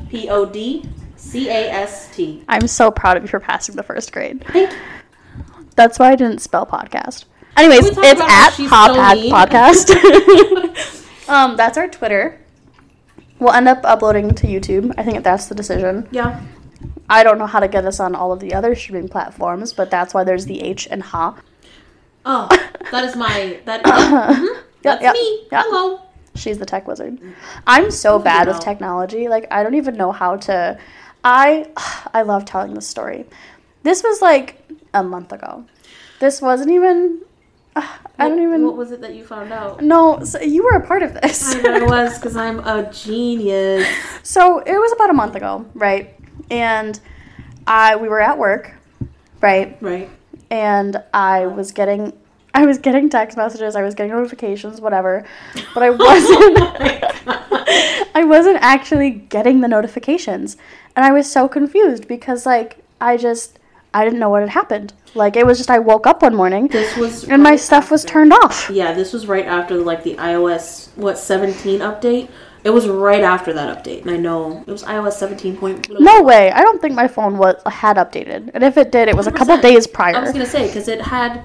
Speaker 1: P O D C A S T.
Speaker 2: I'm so proud of you for passing the first grade.
Speaker 1: Thank you.
Speaker 2: That's why I didn't spell podcast. Anyways,
Speaker 1: we talk
Speaker 2: it's
Speaker 1: about how
Speaker 2: at
Speaker 1: she's
Speaker 2: Hop
Speaker 1: so
Speaker 2: at
Speaker 1: mean? [laughs]
Speaker 2: Podcast. um, that's our Twitter. We'll end up uploading to YouTube. I think that's the decision.
Speaker 1: Yeah.
Speaker 2: I don't know how to get us on all of the other streaming platforms, but that's why there's the H and Ha. [laughs]
Speaker 1: Oh, that is my that. [coughs] mhm, that's
Speaker 2: yeah,
Speaker 1: me.
Speaker 2: yeah.
Speaker 1: Hello.
Speaker 2: She's the tech wizard. I'm so bad with
Speaker 1: know.
Speaker 2: technology. Like I don't even know how to I [sighs] I love telling this story. This was like a month ago. This wasn't even [sighs] I don't even
Speaker 1: What was it that you found out?
Speaker 2: No, so you were a part of this.
Speaker 1: I know it was because I'm a genius.
Speaker 2: [laughs] so it was about a month ago, right? And I we were at work, right? [laughs]
Speaker 1: Right. [laughs]
Speaker 2: And I was getting I was getting text messages, I was getting notifications, whatever.
Speaker 1: [laughs]
Speaker 2: But I wasn't [laughs] I wasn't actually getting the notifications. And I was so confused because like I just I didn't know what had happened. Like it was just I woke up one morning
Speaker 1: This was
Speaker 2: and my
Speaker 1: right
Speaker 2: stuff was
Speaker 1: after-
Speaker 2: turned off.
Speaker 1: Yeah, this was right after like the iOS what 17 update, It was right after that update, and I know it was iOS 17. Point
Speaker 2: No way. I don't think my phone was had updated, and if it did, it was a couple
Speaker 1: 100%.
Speaker 2: days
Speaker 1: I was
Speaker 2: prior.
Speaker 1: gonna say because it had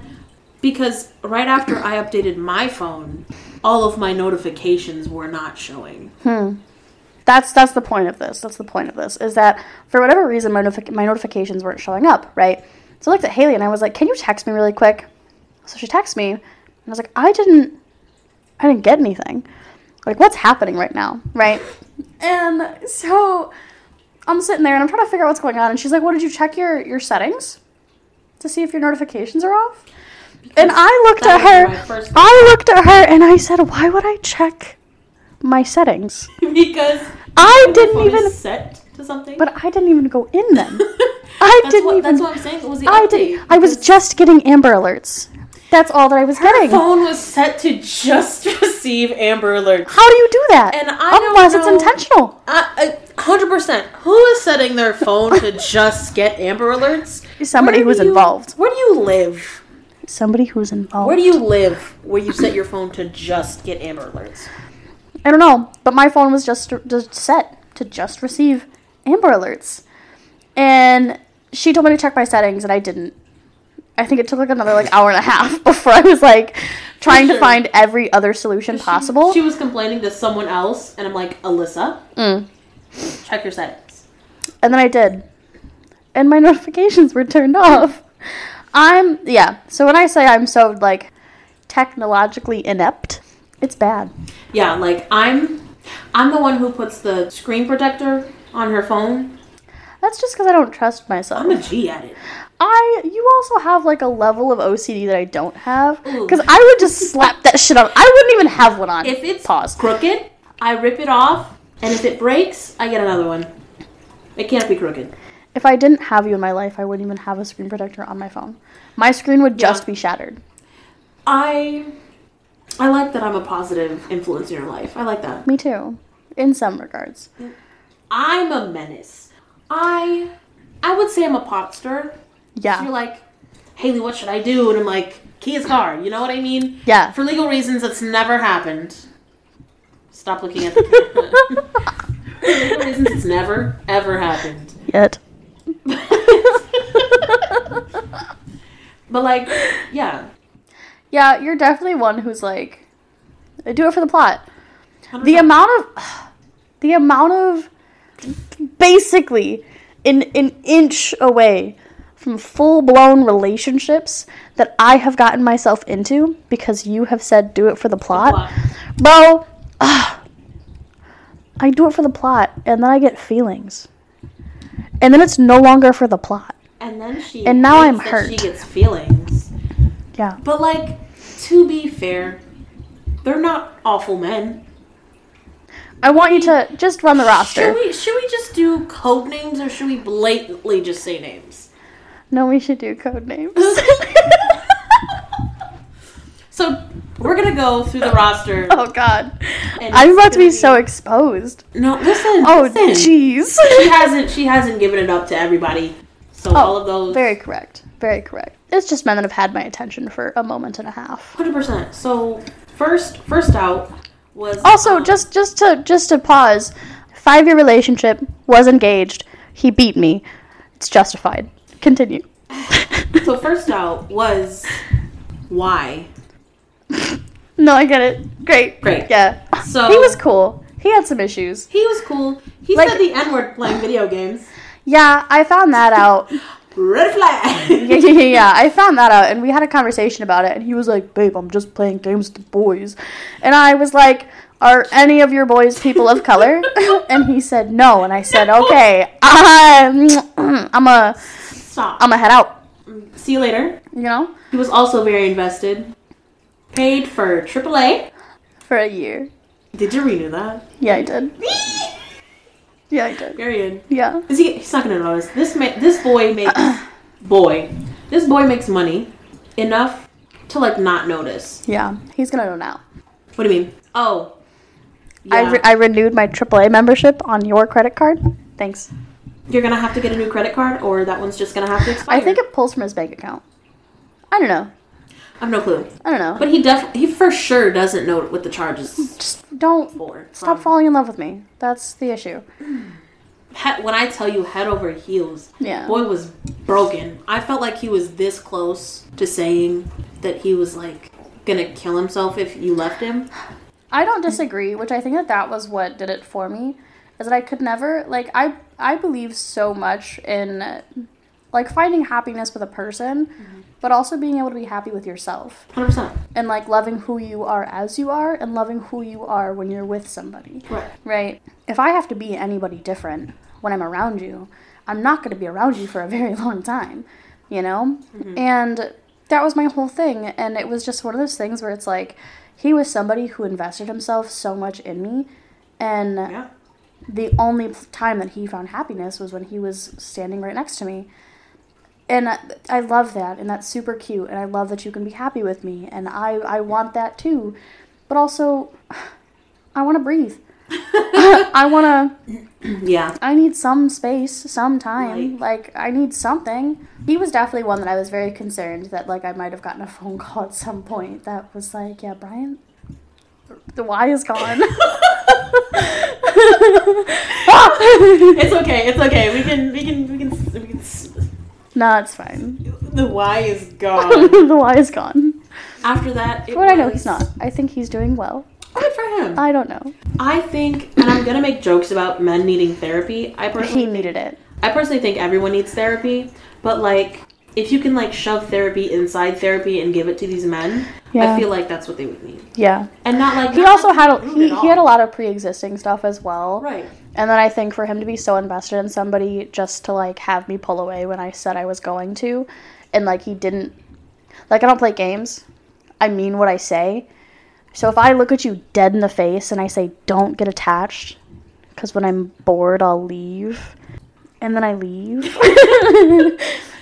Speaker 1: because right after I updated my phone, all of my notifications were not showing. [laughs]
Speaker 2: That's that's the point of this. That's the point of this is that for whatever reason, my, notifi- my notifications weren't showing up. Right. So I looked at Haley and I was like, "Can you text me really quick?" So she texts me, and I was like, "I didn't, I didn't get anything. Like, what's happening right now?" Right. And so I'm sitting there and I'm trying to figure out what's going on. And she's like, "What did you check your your settings to see if your notifications are off?" and I looked at
Speaker 1: that was my
Speaker 2: her.
Speaker 1: first-
Speaker 2: I looked at her and I said, "Why would I check my settings?"
Speaker 1: because
Speaker 2: I
Speaker 1: your
Speaker 2: didn't
Speaker 1: phone is
Speaker 2: even
Speaker 1: set to something. [laughs]
Speaker 2: but I didn't even go in them. I
Speaker 1: I
Speaker 2: didn't
Speaker 1: what, That's
Speaker 2: even-
Speaker 1: what I'm saying. It was the
Speaker 2: I
Speaker 1: update.
Speaker 2: did. I was
Speaker 1: because
Speaker 2: just getting Amber Alerts. That's all that I was
Speaker 1: Her
Speaker 2: getting.
Speaker 1: phone was set to just [laughs] receive Amber Alert.
Speaker 2: How do you do that?
Speaker 1: And I don't
Speaker 2: unless
Speaker 1: know-
Speaker 2: it's intentional.
Speaker 1: Hundred percent. Who is setting their phone
Speaker 2: [laughs]
Speaker 1: to just get Amber Alerts? Where
Speaker 2: Somebody
Speaker 1: do
Speaker 2: who's
Speaker 1: you-
Speaker 2: involved.
Speaker 1: Where do you live?
Speaker 2: Somebody who's involved.
Speaker 1: Where do you live where you set your phone to just get Amber Alerts?
Speaker 2: I don't know, but my phone was just, just set to just receive Amber Alerts, and she told me to check my settings, and I didn't. I think it took like another like hour and a half [laughs] before I was like trying
Speaker 1: [laughs]
Speaker 2: to
Speaker 1: Sure.
Speaker 2: find every other solution possible.
Speaker 1: She was complaining to someone else, and I'm like, Alyssa,
Speaker 2: Mm.
Speaker 1: check your settings.
Speaker 2: And then I did. And my [laughs] notifications were turned off. I'm, yeah. So when I say I'm so, like, technologically inept, it's bad.
Speaker 1: Yeah, like I'm, I'm the one who puts the screen protector on her phone.
Speaker 2: That's just because I don't trust
Speaker 1: I'm
Speaker 2: myself.
Speaker 1: a G at it.
Speaker 2: I, you also have, like, a level of OCD that I don't have.
Speaker 1: Ooh.
Speaker 2: Because I would just slap that shit on. I wouldn't even have one on.
Speaker 1: If it's
Speaker 2: Pause.
Speaker 1: crooked, I rip it off, and if it breaks, I get another one. It can't be crooked.
Speaker 2: If I didn't have you in my life, I wouldn't even have a screen protector on my phone. My screen would just
Speaker 1: Yeah.
Speaker 2: be shattered.
Speaker 1: I, I like that I'm a positive influence in your life. I like that.
Speaker 2: Me too. In some regards.
Speaker 1: I'm a menace. I, I would say I'm a potster.
Speaker 2: Yeah.
Speaker 1: You're like, Haley, what should I do? And I'm like, key is car. You know what I mean? [laughs]
Speaker 2: yeah. [laughs]
Speaker 1: For legal reasons, it's never happened. Stop looking at the
Speaker 2: [laughs]
Speaker 1: camera. For legal reasons, it's never, ever
Speaker 2: [laughs]
Speaker 1: happened.
Speaker 2: Yet.
Speaker 1: [laughs] but like, yeah.
Speaker 2: Yeah, you're definitely one who's like, I do it for the plot.
Speaker 1: 100%.
Speaker 2: The amount of, [sighs] the amount of, basically, in an inch away from full blown relationships that I have gotten myself into because you have said do it for the plot,
Speaker 1: Plot.
Speaker 2: bro. [sighs] ah, I do it for the plot, and then I get feelings, and then it's no longer for the plot.
Speaker 1: And then she.
Speaker 2: And now
Speaker 1: hates
Speaker 2: I'm
Speaker 1: that
Speaker 2: hurt.
Speaker 1: She gets feelings.
Speaker 2: Yeah,
Speaker 1: But like, to be fair, they're not awful men.
Speaker 2: I want you to just run the roster.
Speaker 1: Should we should we just do code names or should we blatantly just say names?
Speaker 2: No, we should do
Speaker 1: [laughs]
Speaker 2: code names.
Speaker 1: So we're gonna go through the roster.
Speaker 2: [laughs] oh God,
Speaker 1: And
Speaker 2: I'm
Speaker 1: it's
Speaker 2: about to
Speaker 1: gonna
Speaker 2: be so exposed.
Speaker 1: No, listen.
Speaker 2: Oh
Speaker 1: listen.
Speaker 2: jeez.
Speaker 1: She [laughs] hasn't. She hasn't given it up to everybody. So all of those.
Speaker 2: Oh, Very correct. Very correct. It's just men that have had my attention for a moment and a half.
Speaker 1: Hundred percent. So first, first out was
Speaker 2: Also,
Speaker 1: um,
Speaker 2: just just to just to pause, five year relationship was engaged. He beat me. It's justified.
Speaker 1: [laughs]
Speaker 2: Continue.
Speaker 1: so first out was why.
Speaker 2: no, I get it. Great.
Speaker 1: Great.
Speaker 2: Yeah.
Speaker 1: So-
Speaker 2: he was cool. He had some issues.
Speaker 1: He was cool. He
Speaker 2: Like-
Speaker 1: said the N word playing video games.
Speaker 2: Yeah, I found that out.
Speaker 1: Red flag.
Speaker 2: yeah, yeah, yeah, yeah. I found that out, and we had a conversation about it. And he was like, "Babe, I'm just playing games with the boys," and I was like, "Are any of your boys people of color?" [laughs] and he said, "No," and I said, "Okay, I'm, I'm a,
Speaker 1: [laughs] Stop.
Speaker 2: I'm a head out."
Speaker 1: See you later.
Speaker 2: You know,
Speaker 1: He was also very invested. Paid for AAA.
Speaker 2: for a year.
Speaker 1: Did you renew that?
Speaker 2: Yeah, I did. Yeah, I did.
Speaker 1: Period.
Speaker 2: Yeah,
Speaker 1: Is he? He's not gonna notice. This ma- this boy makes boy. This boy makes money enough to like not notice.
Speaker 2: yeah. He's gonna know now.
Speaker 1: What do you mean? Oh,
Speaker 2: I,
Speaker 1: Yeah.
Speaker 2: re- I renewed my AAA membership on your credit card. Thanks.
Speaker 1: you're gonna have to get a new credit card, or that one's just gonna have to expire.
Speaker 2: I think it pulls from his bank account. I don't know.
Speaker 1: I have no clue.
Speaker 2: I don't know.
Speaker 1: But he def he for sure doesn't know what the charge is
Speaker 2: just don't
Speaker 1: for.
Speaker 2: stop
Speaker 1: From-
Speaker 2: falling in love with me. That's the issue.
Speaker 1: He- when I tell you head over heels,
Speaker 2: Yeah.
Speaker 1: boy was broken. I felt like he was this close to saying that he was like gonna kill himself if you left him.
Speaker 2: I don't disagree, which I think that that was what did it for me, is that I could never like I I believe so much in uh, like finding happiness with a person, but also being able to be happy with yourself
Speaker 1: Hundred percent.
Speaker 2: and like loving who you are as you are and loving who you are when you're with somebody.
Speaker 1: Right.
Speaker 2: Right? If I have to be anybody different when I'm around you, I'm not going to be around you for a very [laughs] long time, you know? And that was my whole thing. And it was just one of those things where it's like, he was somebody who invested himself so much in me. And
Speaker 1: Yeah.
Speaker 2: the only p- time that he found happiness was when he was standing right next to me. And I, I love that, and that's super cute, and I love that you can be happy with me, and I, I want that too. But also, [sighs] I want to breathe. I want to,
Speaker 1: Yeah.
Speaker 2: I need some space, some time. Like, I need something. He was definitely one that I was very concerned that, like, I might have gotten a phone call at some point that was like, yeah, Brian, the Y is gone.
Speaker 1: [laughs]
Speaker 2: [laughs]
Speaker 1: It's okay. It's okay. We can. We can. We can. We can. s-
Speaker 2: no, it's fine.
Speaker 1: The Y is gone.
Speaker 2: [laughs] the Y is gone.
Speaker 1: [laughs] After that, it
Speaker 2: But I know
Speaker 1: was-
Speaker 2: he's not. I think he's doing well.
Speaker 1: Good for him.
Speaker 2: I don't know.
Speaker 1: I think, and I'm gonna make jokes about men needing therapy. I
Speaker 2: He
Speaker 1: personally,
Speaker 2: needed it.
Speaker 1: I personally think everyone needs therapy, but like, if you can like shove therapy inside therapy and give it to these men,
Speaker 2: Yeah.
Speaker 1: I feel like that's what they would need,
Speaker 2: Yeah.
Speaker 1: and not like
Speaker 2: He
Speaker 1: not
Speaker 2: also
Speaker 1: like
Speaker 2: had a,
Speaker 1: rude
Speaker 2: he,
Speaker 1: at
Speaker 2: he had a
Speaker 1: all.
Speaker 2: lot of pre-existing stuff as well.
Speaker 1: right.
Speaker 2: And then I think for him to be so invested in somebody just to like have me pull away when I said I was going to and like he didn't like I don't play games. I mean what I say. So if I look at you dead in the face and I say don't get attached cuz when I'm bored I'll leave and then
Speaker 1: [laughs]
Speaker 2: I leave.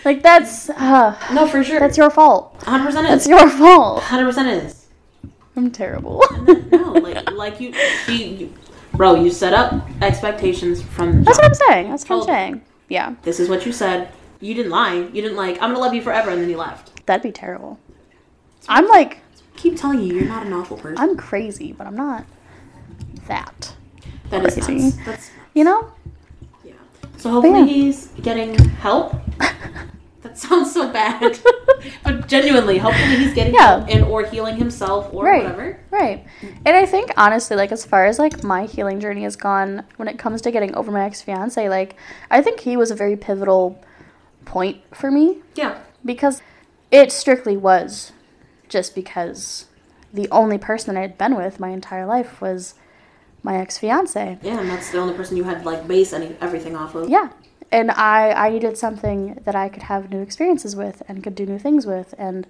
Speaker 2: like that's uh,
Speaker 1: No, for sure.
Speaker 2: that's your fault.
Speaker 1: 100 percent
Speaker 2: That's
Speaker 1: is.
Speaker 2: your fault.
Speaker 1: 100 percent
Speaker 2: [laughs]
Speaker 1: is.
Speaker 2: I'm terrible.
Speaker 1: No, like like you, she, you, bro, you set up expectations from. The
Speaker 2: [laughs] That's
Speaker 1: jump.
Speaker 2: what I'm saying. That's what I'm
Speaker 1: Totally.
Speaker 2: saying. Yeah,
Speaker 1: This is what you said. You didn't lie. You didn't like. I'm gonna love you forever, and then you left.
Speaker 2: that'd be terrible. I'm like,
Speaker 1: Keep telling you, you're not an awful person.
Speaker 2: I'm crazy, but I'm not that.
Speaker 1: That is
Speaker 2: crazy.
Speaker 1: nuts. That's
Speaker 2: You know?
Speaker 1: Yeah. So hopefully
Speaker 2: yeah.
Speaker 1: he's getting
Speaker 2: [laughs]
Speaker 1: help. that sounds so bad. but genuinely, hopefully he's getting
Speaker 2: Yeah.
Speaker 1: help and or healing himself or
Speaker 2: Right.
Speaker 1: whatever.
Speaker 2: Right. And I think honestly, like as far as like my healing journey has gone, when it comes to getting over my ex fiance, like I think he was a very pivotal point for me
Speaker 1: Yeah.
Speaker 2: because it strictly was just because the only person I had been with my entire life was my ex fiance.
Speaker 1: Yeah, and that's the only person you had like base any everything off of.
Speaker 2: yeah and i i needed something that i could have new experiences with and could do new things with and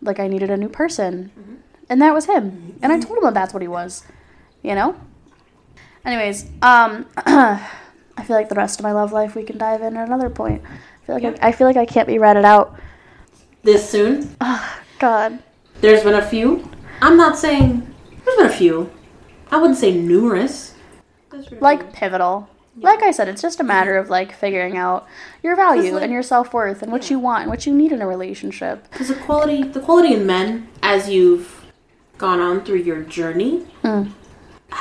Speaker 2: like i needed a new person and that was him and i told him that that's what he was you know anyways um [clears throat] i feel like the rest of my love life we can dive in at another point i feel like I, I feel like i can't be ratted out
Speaker 1: This soon.
Speaker 2: god
Speaker 1: There's been a few. I'm not saying there's been a few. I wouldn't say numerous. There's been a few.
Speaker 2: like pivotal like i said it's just a matter of like figuring out your value
Speaker 1: like-
Speaker 2: and your self-worth and what you want and what you need in a relationship
Speaker 1: Because the quality, the quality in men as you've gone on through your journey
Speaker 2: Mm.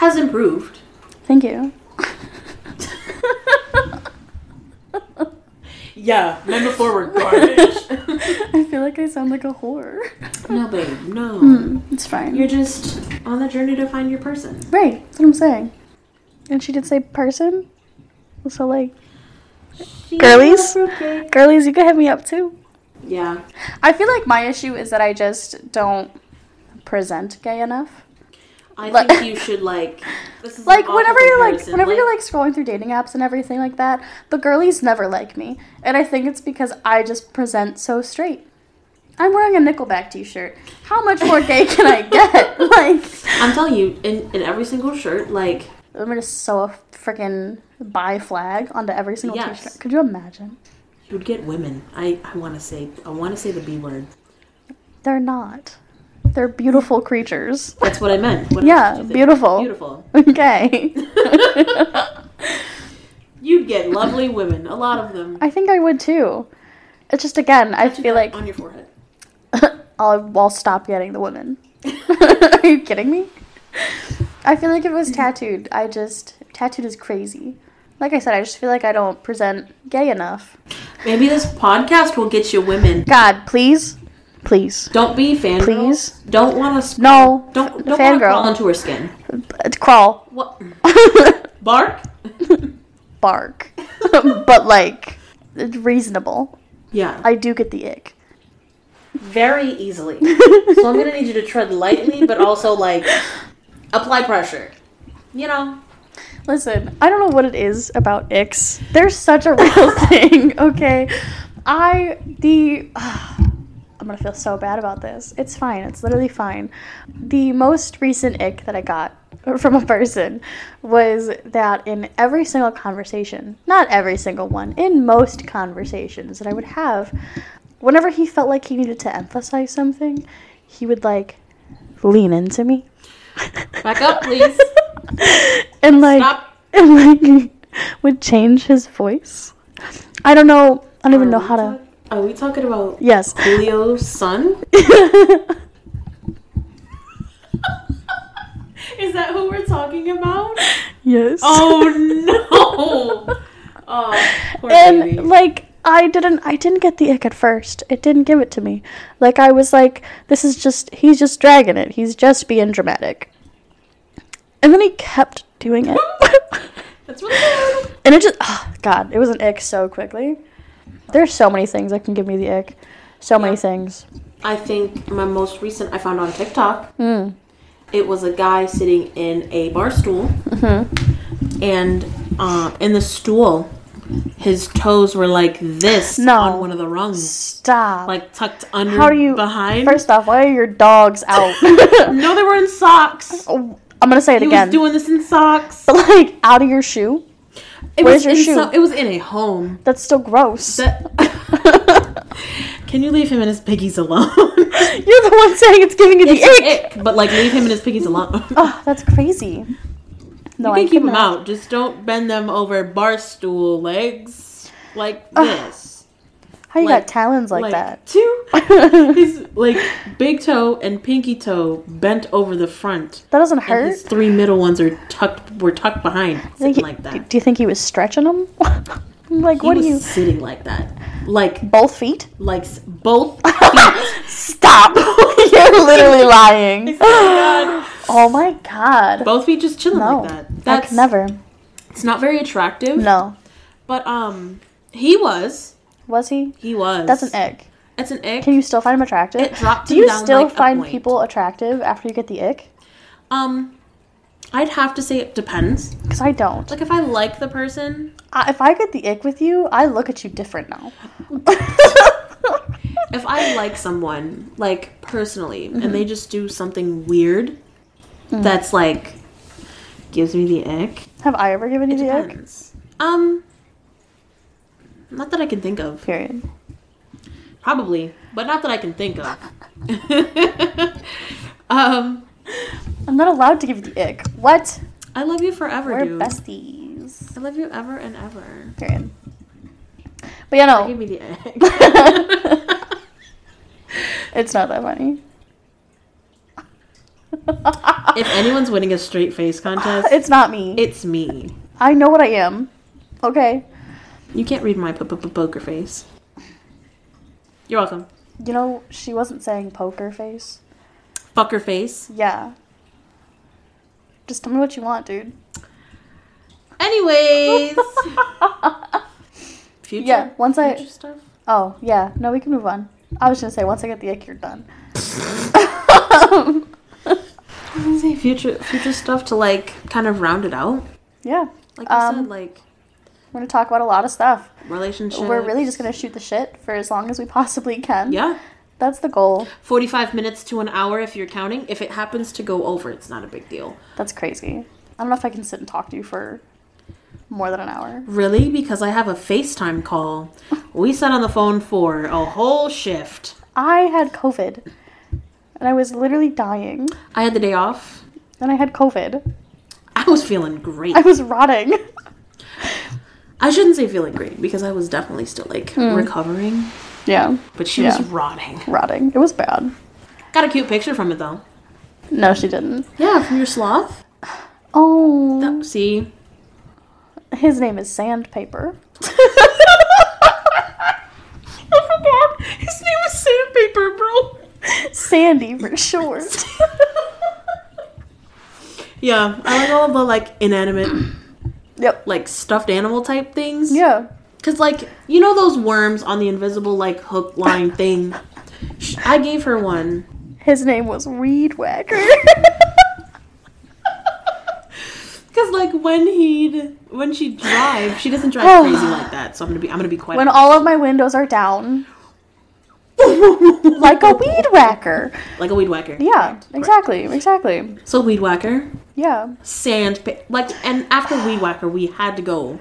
Speaker 1: has improved.
Speaker 2: thank you [laughs]
Speaker 1: Yeah, men before
Speaker 2: [laughs]
Speaker 1: were garbage.
Speaker 2: I feel like I sound like a whore.
Speaker 1: no, babe, no.
Speaker 2: Hmm. Mm, It's fine.
Speaker 1: You're just on the journey to find your person.
Speaker 2: right. That's what I'm saying. And she did say person. So like, Girlies? girlies, you can hit me up too.
Speaker 1: Yeah.
Speaker 2: I feel like my issue is that I just don't present gay enough.
Speaker 1: I
Speaker 2: Like-
Speaker 1: think you should like. This is
Speaker 2: Like
Speaker 1: an awful
Speaker 2: whenever you're like
Speaker 1: comparison,
Speaker 2: whenever you're like scrolling through dating apps and everything like that, the girlies never like me. And I think it's because I just present so straight. I'm wearing a Nickelback t-shirt. How much more gay can I get? [laughs] Like
Speaker 1: I'm telling you, in in every single shirt, like
Speaker 2: I'm gonna sew a freaking bi flag onto every single
Speaker 1: Yes.
Speaker 2: t-shirt. Could you imagine?
Speaker 1: you'd get women. I I want to say I want to say the B word.
Speaker 2: They're not. They're beautiful creatures. [laughs]
Speaker 1: That's what I meant. What
Speaker 2: Yeah,
Speaker 1: else did you think?
Speaker 2: beautiful.
Speaker 1: Beautiful.
Speaker 2: Okay.
Speaker 1: You'd get lovely women, a lot of them.
Speaker 2: I think I would too. It's just again, I
Speaker 1: What you
Speaker 2: feel
Speaker 1: got
Speaker 2: like [laughs]
Speaker 1: on your forehead.
Speaker 2: I'll, I'll stop getting the woman. Are you kidding me? I feel like if it was tattooed, I just tattooed is crazy. Like I said, I just feel like I don't present gay enough.
Speaker 1: Maybe this podcast will get you women.
Speaker 2: God, please, please,
Speaker 1: Don't be fan.
Speaker 2: Please?
Speaker 1: girls. Don't want to.
Speaker 2: no,
Speaker 1: Don't don't want to
Speaker 2: Fangirl.
Speaker 1: crawl into her skin.
Speaker 2: It's crawl, [laughs]
Speaker 1: What? Bark.
Speaker 2: bark, [laughs] but like it's reasonable.
Speaker 1: Yeah.
Speaker 2: I do get the ick.
Speaker 1: Very
Speaker 2: [laughs]
Speaker 1: easily. so I'm gonna need you to tread lightly, but also like apply pressure. You know.
Speaker 2: Listen, I don't know what it is about icks. They're such
Speaker 1: [laughs]
Speaker 2: a real thing, okay? I, the. [sighs] I'm gonna feel so bad about this. It's fine, it's literally fine. The most recent ick that I got [laughs] from a person was that in every single conversation, not every single one, in most conversations that I would have, whenever he felt like he needed to emphasize something, he would like lean into me.
Speaker 1: Back up,
Speaker 2: [laughs]
Speaker 1: please.
Speaker 2: and like
Speaker 1: Stop.
Speaker 2: [laughs] and like would change his voice. I don't know. I don't even know
Speaker 1: Are we
Speaker 2: how to.
Speaker 1: talk- Are we talking about
Speaker 2: Yes. [laughs]
Speaker 1: Julio's son? Is that who we're talking about?
Speaker 2: yes. [laughs]
Speaker 1: Oh no! Oh, poor
Speaker 2: and
Speaker 1: baby.
Speaker 2: like I didn't. I didn't get the ick at first. It didn't give it to me. Like I was like, this is just. He's just dragging it. He's just being dramatic. And then he kept doing it.
Speaker 1: [laughs] That's really good.
Speaker 2: and it just. Oh, God, it was an ick so quickly. There's so many things that can give me the ick. So many
Speaker 1: Yeah.
Speaker 2: things.
Speaker 1: I think my most recent I found on TikTok.
Speaker 2: Mm.
Speaker 1: It was a guy sitting in a bar stool,
Speaker 2: Mm-hmm.
Speaker 1: and uh, in the stool, his toes were like this
Speaker 2: No.
Speaker 1: on one of the rungs,
Speaker 2: Stop.
Speaker 1: like tucked under.
Speaker 2: How do you-
Speaker 1: behind?
Speaker 2: First off, why are your dogs
Speaker 1: [laughs]
Speaker 2: out?
Speaker 1: no, they were in socks.
Speaker 2: Oh, I'm gonna say it
Speaker 1: He
Speaker 2: again.
Speaker 1: was doing this in socks.
Speaker 2: [laughs] but like out of your shoe,
Speaker 1: It was
Speaker 2: Where's your
Speaker 1: in
Speaker 2: shoe?
Speaker 1: so- it was in a home.
Speaker 2: that's still gross.
Speaker 1: That- Can you leave him and his piggies
Speaker 2: [laughs]
Speaker 1: alone?
Speaker 2: [laughs] You're the one saying it's giving you the ick.
Speaker 1: Ick, but like leave him and his piggies alone. [laughs]
Speaker 2: Oh, that's crazy. No,
Speaker 1: you can
Speaker 2: I
Speaker 1: keep them
Speaker 2: cannot.
Speaker 1: out. Just don't bend them over bar stool legs like this.
Speaker 2: How you
Speaker 1: Like-
Speaker 2: got talons like, that? [laughs]
Speaker 1: Two.
Speaker 2: that
Speaker 1: His like big toe and pinky toe bent over the front.
Speaker 2: doesn't
Speaker 1: And
Speaker 2: hurt.
Speaker 1: his three middle ones are tucked were tucked behind,
Speaker 2: I think
Speaker 1: sitting
Speaker 2: he-
Speaker 1: like
Speaker 2: do-
Speaker 1: that.
Speaker 2: Do you think he was stretching them? I'm [laughs] like,
Speaker 1: He
Speaker 2: what
Speaker 1: was
Speaker 2: do you?
Speaker 1: sitting like that, like
Speaker 2: Both feet?
Speaker 1: like s-
Speaker 2: [laughs]
Speaker 1: both
Speaker 2: Oh
Speaker 1: feet. [laughs]
Speaker 2: Stop! [laughs] You're literally lying.
Speaker 1: God.
Speaker 2: Oh my god.
Speaker 1: both feet just chilling
Speaker 2: No,
Speaker 1: like that.
Speaker 2: I
Speaker 1: That's
Speaker 2: could never.
Speaker 1: It's not very attractive.
Speaker 2: No,
Speaker 1: But um, he was.
Speaker 2: was he?
Speaker 1: He was.
Speaker 2: That's an ick.
Speaker 1: It's an ick.
Speaker 2: Can you still find him attractive?
Speaker 1: It dropped
Speaker 2: Do
Speaker 1: him
Speaker 2: you
Speaker 1: down,
Speaker 2: still
Speaker 1: like, a
Speaker 2: find
Speaker 1: point.
Speaker 2: people attractive after you get the ick?
Speaker 1: Um, I'd have to say it depends.
Speaker 2: Because I don't.
Speaker 1: Like if I like the person,
Speaker 2: I, if I get the ick with you, I look at you different now. [laughs]
Speaker 1: if I like someone like personally,
Speaker 2: Mm-hmm.
Speaker 1: and they just do something weird,
Speaker 2: Mm.
Speaker 1: that's like gives me the ick.
Speaker 2: Have I ever given you
Speaker 1: It
Speaker 2: the ick?
Speaker 1: depends. Um, not that I can think of.
Speaker 2: Period.
Speaker 1: Probably, but not that I can think of. [laughs] um,
Speaker 2: I'm not allowed to give you the ick. What?
Speaker 1: I love you forever,
Speaker 2: We're
Speaker 1: dude.
Speaker 2: besties.
Speaker 1: I love you ever and ever.
Speaker 2: Period. But you know,
Speaker 1: Give me the
Speaker 2: [laughs]
Speaker 1: egg.
Speaker 2: it's not that funny.
Speaker 1: if anyone's winning a straight face
Speaker 2: [laughs]
Speaker 1: contest,
Speaker 2: it's not me.
Speaker 1: it's me.
Speaker 2: I know what I am. Okay.
Speaker 1: You can't read my p- p- p- poker face. You're welcome.
Speaker 2: You know, she wasn't saying poker face.
Speaker 1: Fucker face.
Speaker 2: Yeah. Just tell me what you want, dude.
Speaker 1: Anyways, future.
Speaker 2: [laughs] Yeah, once I-
Speaker 1: future stuff.
Speaker 2: Oh, yeah. No, we can move on. I was gonna say, once I get the ick, you're done.
Speaker 1: I was gonna say future future stuff to like kind of round it out.
Speaker 2: yeah.
Speaker 1: Like you
Speaker 2: Um,
Speaker 1: said, like
Speaker 2: We're gonna talk about a lot of stuff.
Speaker 1: relationships.
Speaker 2: We're really just gonna shoot the shit for as long as we [laughs] possibly can.
Speaker 1: yeah.
Speaker 2: That's the goal.
Speaker 1: 45 minutes to an hour if you're counting. If it happens to go over, it's not a big deal.
Speaker 2: That's crazy. I don't know if I can sit and talk to you for more than an hour.
Speaker 1: Really? Because I have a FaceTime [laughs] call. We sat on the phone for a whole shift.
Speaker 2: I had COVID. And I was literally dying.
Speaker 1: I had the day off.
Speaker 2: And I had COVID. [laughs]
Speaker 1: I was feeling great.
Speaker 2: I was rotting.
Speaker 1: I shouldn't say feeling great because I Hmm. was definitely still like recovering,
Speaker 2: yeah.
Speaker 1: but she
Speaker 2: Yeah.
Speaker 1: was rotting.
Speaker 2: Rotting. It was bad.
Speaker 1: Got a cute picture from it though.
Speaker 2: No, she didn't.
Speaker 1: Yeah, from your sloth.
Speaker 2: Oh,
Speaker 1: [laughs] See,
Speaker 2: his name is Sandpaper.
Speaker 1: I forgot. His name was Sandpaper, bro.
Speaker 2: Sandy for short.
Speaker 1: [laughs] Yeah, I like all of the like inanimate,
Speaker 2: yep.
Speaker 1: like stuffed animal type things.
Speaker 2: Yeah.
Speaker 1: Cause like you know those worms on the invisible like hook line thing. Sh- I gave her one.
Speaker 2: His name was Weed Whacker. [laughs]
Speaker 1: Cause like when he'd when she drive, she doesn't
Speaker 2: [sighs]
Speaker 1: drive crazy like that. So I'm gonna be I'm gonna be quiet. [laughs]
Speaker 2: when all of my windows are down, like a weed whacker.
Speaker 1: like a weed whacker.
Speaker 2: Yeah, exactly, exactly.
Speaker 1: So weed whacker,
Speaker 2: Yeah,
Speaker 1: sand pa- like and after weed whacker we had to go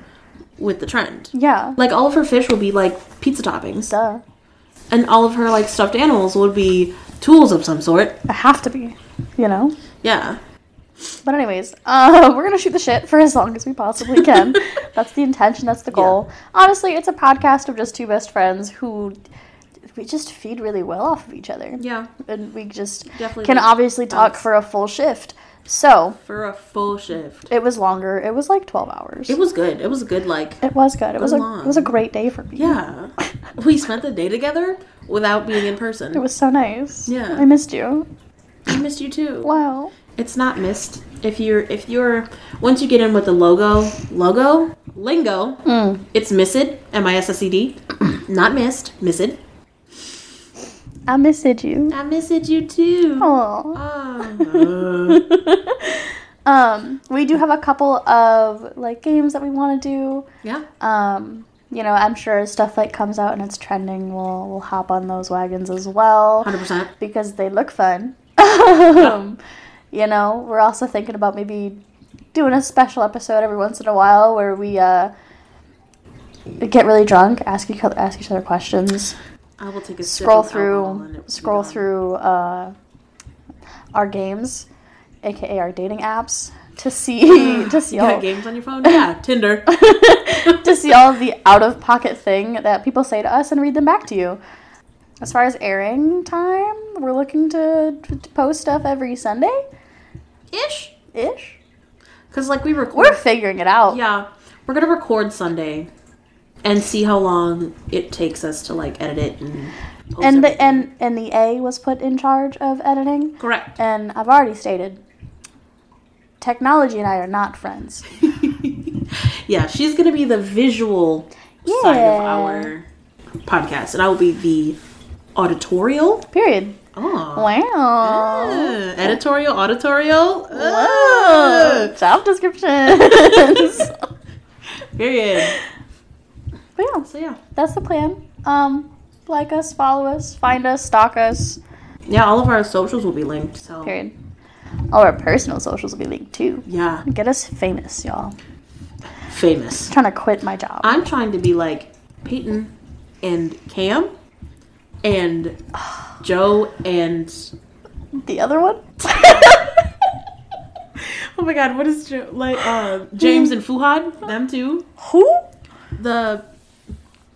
Speaker 1: with the trend.
Speaker 2: yeah.
Speaker 1: Like all of her fish would be like pizza toppings,
Speaker 2: Duh.
Speaker 1: and all of her like stuffed animals would be tools of some sort.
Speaker 2: I have to be, you know?
Speaker 1: Yeah.
Speaker 2: But, anyways, uh, [laughs] we're gonna shoot the shit for as long as we possibly can. that's the intention, that's the goal. Honestly, it's a podcast of just two best friends who we just feed really well off of each other.
Speaker 1: Yeah.
Speaker 2: And we just
Speaker 1: Definitely
Speaker 2: can
Speaker 1: would
Speaker 2: obviously talk
Speaker 1: bounce.
Speaker 2: for a full shift. So,
Speaker 1: For a full shift.
Speaker 2: it was longer, it was like 12 hours.
Speaker 1: It was good. It was a good like
Speaker 2: It was good. It was a it
Speaker 1: long.
Speaker 2: was a great day for me.
Speaker 1: Yeah. we spent the day together without being in
Speaker 2: It
Speaker 1: person.
Speaker 2: was so nice.
Speaker 1: Yeah.
Speaker 2: I missed you.
Speaker 1: I missed you too.
Speaker 2: Wow.
Speaker 1: It's not missed. If you're if you're once you get in with the logo logo lingo, it's missed. M I S S E D. Not missed. Missed.
Speaker 2: I missed you.
Speaker 1: I missed you too.
Speaker 2: Aw. [laughs]
Speaker 1: Ah.
Speaker 2: Um, we do have a couple of like games that we want to do.
Speaker 1: [laughs] yeah.
Speaker 2: Um, you know, I'm sure as stuff like comes out and it's trending, we'll we'll hop on those wagons as well
Speaker 1: Hundred percent.
Speaker 2: because they look
Speaker 1: [laughs]
Speaker 2: fun. um, you know, we're also thinking about maybe doing a special episode every once in a while where we uh, get really drunk, ask each other, ask each other questions,
Speaker 1: I will take a sip
Speaker 2: scroll
Speaker 1: of alcohol and it
Speaker 2: through
Speaker 1: will be
Speaker 2: scroll
Speaker 1: gone.
Speaker 2: through uh, our games, aka our dating apps,
Speaker 1: [laughs]
Speaker 2: to see to see
Speaker 1: You got
Speaker 2: all,
Speaker 1: games on your phone?
Speaker 2: [laughs]
Speaker 1: Yeah, Tinder.
Speaker 2: to see all the out of pocket thing that people say to us and read them back to you. As far as airing time, we're looking to, to post stuff every Sunday
Speaker 1: Ish.
Speaker 2: ish.
Speaker 1: Because like we record.
Speaker 2: We're figuring it out.
Speaker 1: Yeah, we're gonna record Sunday, and see how long it takes us to like edit it and. Post
Speaker 2: and the
Speaker 1: everything.
Speaker 2: and and the A was put in charge of editing,
Speaker 1: correct. [laughs]
Speaker 2: and I've already stated. Technology and I are not friends.
Speaker 1: yeah, she's gonna be the visual side
Speaker 2: Yeah.
Speaker 1: of our podcast, and I will be the auditorial.
Speaker 2: Period.
Speaker 1: Oh.
Speaker 2: Wow.
Speaker 1: Uh, editorial, auditorial.
Speaker 2: Whoa.
Speaker 1: Uh,
Speaker 2: Job descriptions.
Speaker 1: period.
Speaker 2: but yeah,
Speaker 1: So yeah,
Speaker 2: that's the plan. Um, like us, follow us, find us, stalk us.
Speaker 1: yeah, all of our socials will be linked. So
Speaker 2: Period. All our personal socials will be linked too.
Speaker 1: yeah,
Speaker 2: Get us famous, y'all.
Speaker 1: famous.
Speaker 2: trying to quit my job.
Speaker 1: I'm trying to be like Peyton and Cam and Joe and
Speaker 2: the other
Speaker 1: [laughs]
Speaker 2: one?
Speaker 1: oh my god, what is Joe like? Uh, [laughs] James and Fuhad, them too.
Speaker 2: Who?
Speaker 1: The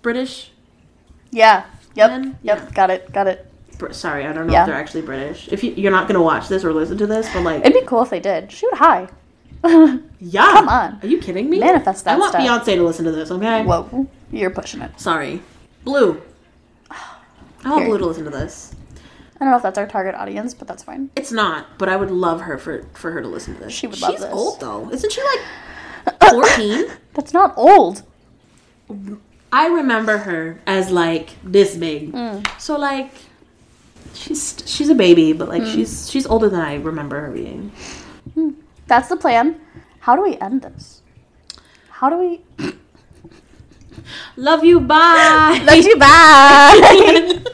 Speaker 1: British.
Speaker 2: Yeah. Yep.
Speaker 1: Then-
Speaker 2: yep.
Speaker 1: yeah.
Speaker 2: Got it. Got it.
Speaker 1: Br- Sorry, I don't know
Speaker 2: Yeah.
Speaker 1: if they're actually British. If you, you're not gonna watch this or listen to this, but like,
Speaker 2: It'd be cool if they did. Shoot high. [laughs]
Speaker 1: yeah,
Speaker 2: come on.
Speaker 1: are you kidding me?
Speaker 2: Manifest that
Speaker 1: I want
Speaker 2: stuff.
Speaker 1: Beyonce to listen to this. Okay,
Speaker 2: Whoa. You're pushing it.
Speaker 1: sorry, Blue. I want
Speaker 2: Period.
Speaker 1: Blue to listen to this.
Speaker 2: I don't know if that's our target audience, but that's fine.
Speaker 1: It's not, but I would love her for for her to listen to this.
Speaker 2: She would love
Speaker 1: She's
Speaker 2: this.
Speaker 1: old though, isn't she? Like
Speaker 2: [coughs]
Speaker 1: fourteen.
Speaker 2: That's not old.
Speaker 1: I remember her as like this big.
Speaker 2: Mm.
Speaker 1: So like, she's she's a baby, but
Speaker 2: Mm.
Speaker 1: like she's she's older than I remember her being.
Speaker 2: That's the plan. How do we end this? How do we
Speaker 1: Love you. Bye.
Speaker 2: [laughs] Love you bye.